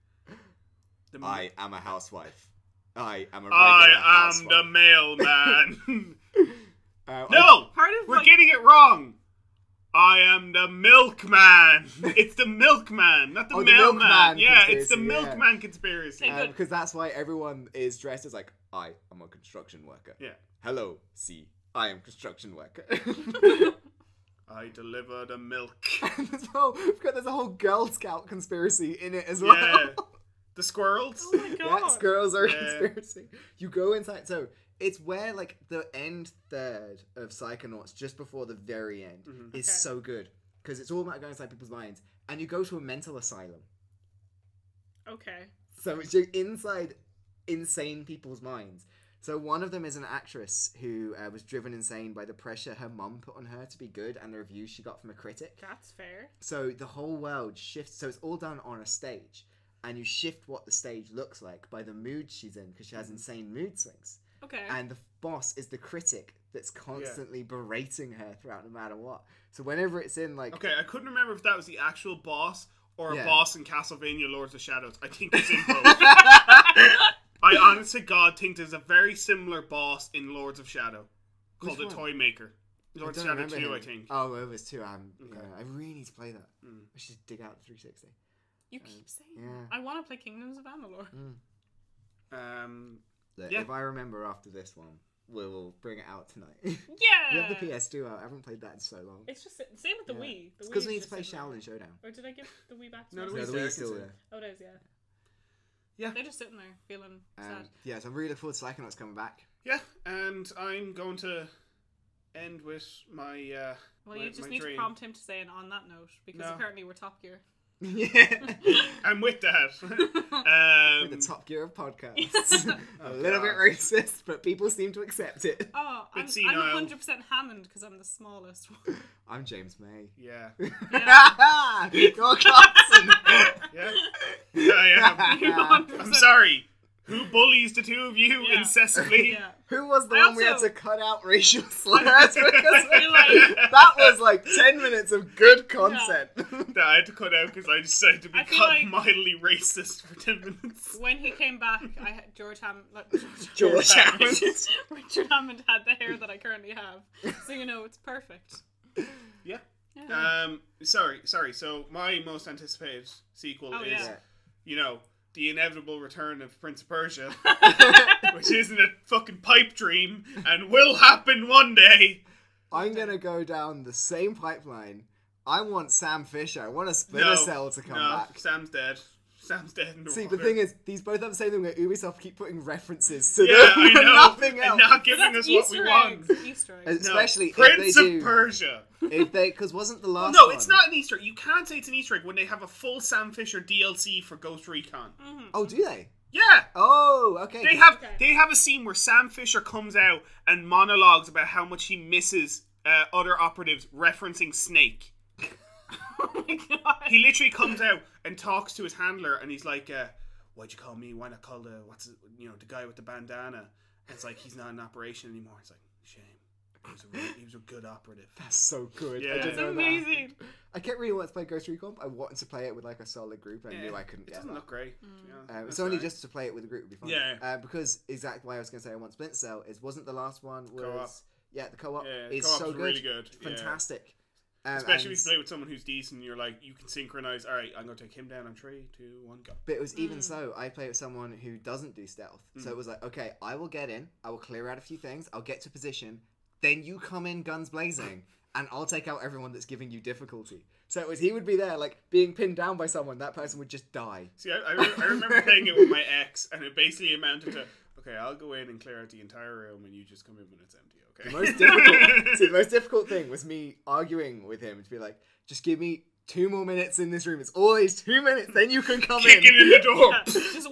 A: The ma-
B: am a housewife. I am a
A: Mm. I am the
B: <laughs>
A: mailman. <laughs>
B: the uh,
A: no,
C: part of
A: we're
C: like,
A: getting it wrong. I am the
B: <laughs>
A: milkman. It's the milkman, not the
B: Oh, the
A: mailman.
B: milkman
A: yeah, it's the
B: conspiracy, yeah.
A: milkman conspiracy.
C: Okay, good.
B: because um, that's why everyone is dressed as like I am a construction worker.
A: yeah,
B: Hello, C. I am construction worker. <laughs>
A: I deliver the milk.
B: And as well, we've got there's a whole Girl Scout conspiracy in it <laughs> as well. <laughs>
A: Yeah, the squirrels.
C: Oh my god.
B: That squirrels are a
A: Yeah.
B: conspiracy. You go inside. So it's where like the end third of Psychonauts, just before the very end,
A: <laughs>
B: is
A: Mhm.
C: Okay.
B: so good because it's all about going inside people's minds, and you go to a mental asylum.
C: Okay.
B: So it's you're inside insane people's minds. So one of them is an actress who uh, was driven insane by the pressure her mum put on her to be good and the reviews she got from a critic.
C: That's fair.
B: So the whole world shifts. So it's all done on a stage, and you shift what the stage looks like by the mood she's in because she has insane mood swings.
C: Okay.
B: And the boss is the critic that's constantly berating her throughout, no matter what. So whenever it's in like
A: Okay, I couldn't remember if that was the actual boss or a
B: Yeah.
A: boss in Castlevania Lords of Shadows. I think it's in
B: <laughs>
A: both. I honest to God think there's a very similar boss in Lords of Shadow called
B: Which
A: the
B: one?
A: Toy Maker.
B: I
A: Lords of
B: don't
A: Shadow
B: remember
A: 2,
B: him. Uh,
A: I think.
B: Oh, it was two. Um, yeah,
A: Okay.
B: I really need to play that.
A: Mm.
B: I should dig out the 360.
C: You keep saying
B: yeah.
C: that. I want to play Kingdoms of Amalur. <laughs>
A: Um,
B: Look,
A: Yeah.
B: If I remember after this one, we will bring it out tonight. <laughs> we
C: Yeah.
B: have the PS2 out. I haven't played that in so long.
C: It's just same with the
B: Yeah.
C: Wii. The
B: It's
C: Wii
B: because
C: is
B: we need to
C: just
B: play
C: sitting there.
B: Shaolin Showdown.
C: Or did I give the Wii back to
A: No,
C: no,
A: the
C: the
A: Wii-
B: No, the
A: there, I
B: Wii's
A: can
B: still
A: see
B: there.
C: Oh, it is, yeah.
A: Yeah.
C: They're just sitting there feeling sad.
B: Um, yeah, so I'm really looking forward to Psychonauts coming
C: <laughs>
B: back. <laughs>
A: yeah, and I'm going to end with my. Uh,
C: Well,
A: my,
C: you just
A: my
C: need
A: dream.
C: to prompt him to say an on that note because
A: No.
C: apparently we're
A: <laughs>
C: Top Gear.
B: yeah.
A: I'm with
B: <laughs>
A: that. um,
B: With the Top Gear of podcasts. <laughs> a
A: Oh,
B: little bit
A: God.
B: racist, but people seem to accept it.
C: <laughs> Oh, I'm,
A: Bitsy
C: I'm
A: Nile.
C: 100 percent Hammond because I'm
A: <laughs>
C: the smallest one.
B: I'm James May. <laughs>
A: Yeah.
C: <laughs> Yeah.
B: You're Carson.
A: Yeah. yeah, yeah.
C: You're 100%
A: I'm sorry. Who bullies the two of you
C: Yeah.
A: incessantly?
C: Yeah.
B: <laughs> Who was the
C: I
B: one we had
C: also-
B: to cut out
C: <laughs>
B: racial slurs because
C: We're like-
B: that was like ten minutes of good content. <laughs>
A: That I had to cut out because I decided to
C: I feel
A: become <laughs>
C: like-
A: mildly racist for 10 minutes.
C: when he came back, I had George Hammond. Like,
B: George Hammond.
C: <laughs> Richard Hammond had the hair that I currently have, so you know it's perfect.
A: Yeah.
C: Yeah.
A: Um, sorry, sorry. So, my most anticipated sequel
C: Oh,
A: is,
C: yeah.
A: you know, the inevitable return of Prince of
C: <laughs>
A: Persia, which isn't a fucking pipe dream and will happen one day.
B: I'm gonna go down the same pipeline. I want Sam Fisher. I want a Splinter Cell to come
A: no,
B: back.
A: Sam's dead. Sam's dead. In <laughs> the
B: See, the
A: water.
B: thing is, these both have the same thing where Ubisoft keep putting references to <laughs>
A: yeah,
B: them
A: I
B: and
A: know.
B: nothing else.
A: And not giving us
C: That's
A: what we
C: Easter
A: want.
C: eggs. Easter
B: <laughs>
C: eggs.
A: No,
B: Especially if they
A: Prince
B: do,
A: of Persia.
B: if they, because wasn't the last?
A: No,
B: one-
A: it's not an Easter egg. You can't say it's an Easter egg when they have a full Sam Fisher DLC for Ghost Recon.
C: Mm-hmm.
B: Oh, do they?
A: Yeah.
B: Oh, okay.
A: They have
C: Okay.
A: they have a scene where Sam Fisher comes out and monologues about how much he misses uh, other operatives referencing Snake.
C: Oh <laughs> my god.
A: He literally comes out and talks to his handler, and he's like, uh, "Why'd you call me? Why not call the what's his, you know the guy with the bandana?" And it's like he's not in operation anymore. It's like shame. He was a, really, he was a good operative.
B: That's so good.
A: Yeah.
B: I didn't
A: It's
B: know that.
C: Amazing.
B: I kept really wanting to play Ghost Recon. but I wanted to play it with like a solid group. and I knew I couldn't
A: It
B: get
A: doesn't
B: that.
A: look great. to be honest.
B: Um, it's
A: That's
B: only
A: all right.
B: just to play it with a group would be fun.
A: Yeah,
B: Uh, because exactly why I was going to say I want Splinter Cell is wasn't the last one was
A: Co-op.
B: yeah the co-op
A: Yeah,
B: is
A: co-op's
B: so good,
A: really good, yeah.
B: fantastic. Um,
A: Especially
B: and-
A: if you play with someone who's decent, you're like, you can synchronize. All right, I'm going to take him down on three, two, one, go.
B: But it was even
A: Mm.
B: so, I play with someone who doesn't do stealth. So it was like, okay, I will get in, I will clear out a few things, I'll get to position, then you come in guns blazing,
A: <laughs>
B: and I'll take out everyone that's giving you difficulty. So it was he would be there, like being pinned down by someone, that person would just die.
A: See, I, I, re- I
B: <laughs>
A: remember playing it with my ex, and it basically amounted to, okay, I'll go in and clear out the entire room, and you just come in when it's empty, okay?
B: Most
A: <laughs>
B: difficult, see, the most difficult thing was me arguing with him to be like, just give me two more minutes in this room. It's always two minutes, then you can come
A: Kicking in
B: in.
A: the door.
C: just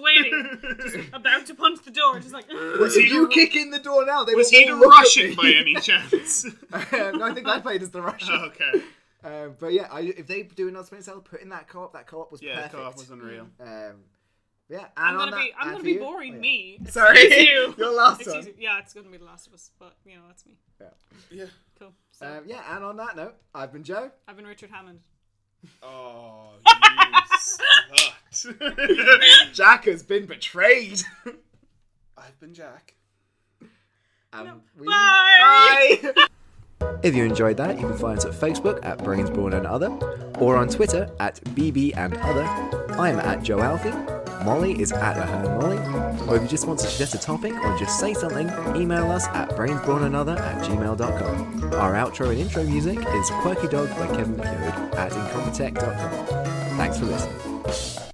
A: <laughs>
C: waiting, just about to punch the door, just like.
B: Was
A: he-
B: you kick in the door now? They
A: Was
B: will
A: he
B: all look at me.
A: Russian by any chance? <laughs>
B: um, <laughs> no, I think I played as the Russian.
A: okay.
B: Um, but yeah, I, if they do another Splinter Cell, put in that co-op. That co-op was
A: Yeah,
B: perfect.
A: co op was unreal.
B: Um, yeah, and
C: <laughs> I'm
B: on
C: gonna be.
B: that-
C: I'm
B: and
C: gonna
B: for
C: be
B: you-
C: boring.
B: oh, yeah.
C: Me. <laughs> It's
B: <laughs> Sorry,
C: you.
B: your last
C: Excuse
B: one.
C: me. Yeah, it's gonna be The Last of Us, but you know that's me.
A: Yeah.
C: Cool. So
B: Um, yeah, and on that note, I've been
C: <laughs>
B: Joe.
C: I've been Richard Hammond.
A: Oh,
B: <laughs>
A: you slut. <laughs>
B: Jack has been betrayed. <laughs>
A: I've been Jack.
B: Um, we-
C: Bye.
B: Bye. <laughs> If you enjoyed that, you can find us at Facebook at Brains Brawn and Other, or on Twitter at BB and Other. I'm at Joe Alfie. Molly is at the Her Molly. Or if you just want to suggest a topic or just say something, email us at brainsbrawnanother at gmail.com. Our outro and intro music is Quirky Dog by Kevin McLeod at incompetech.com. Thanks for listening.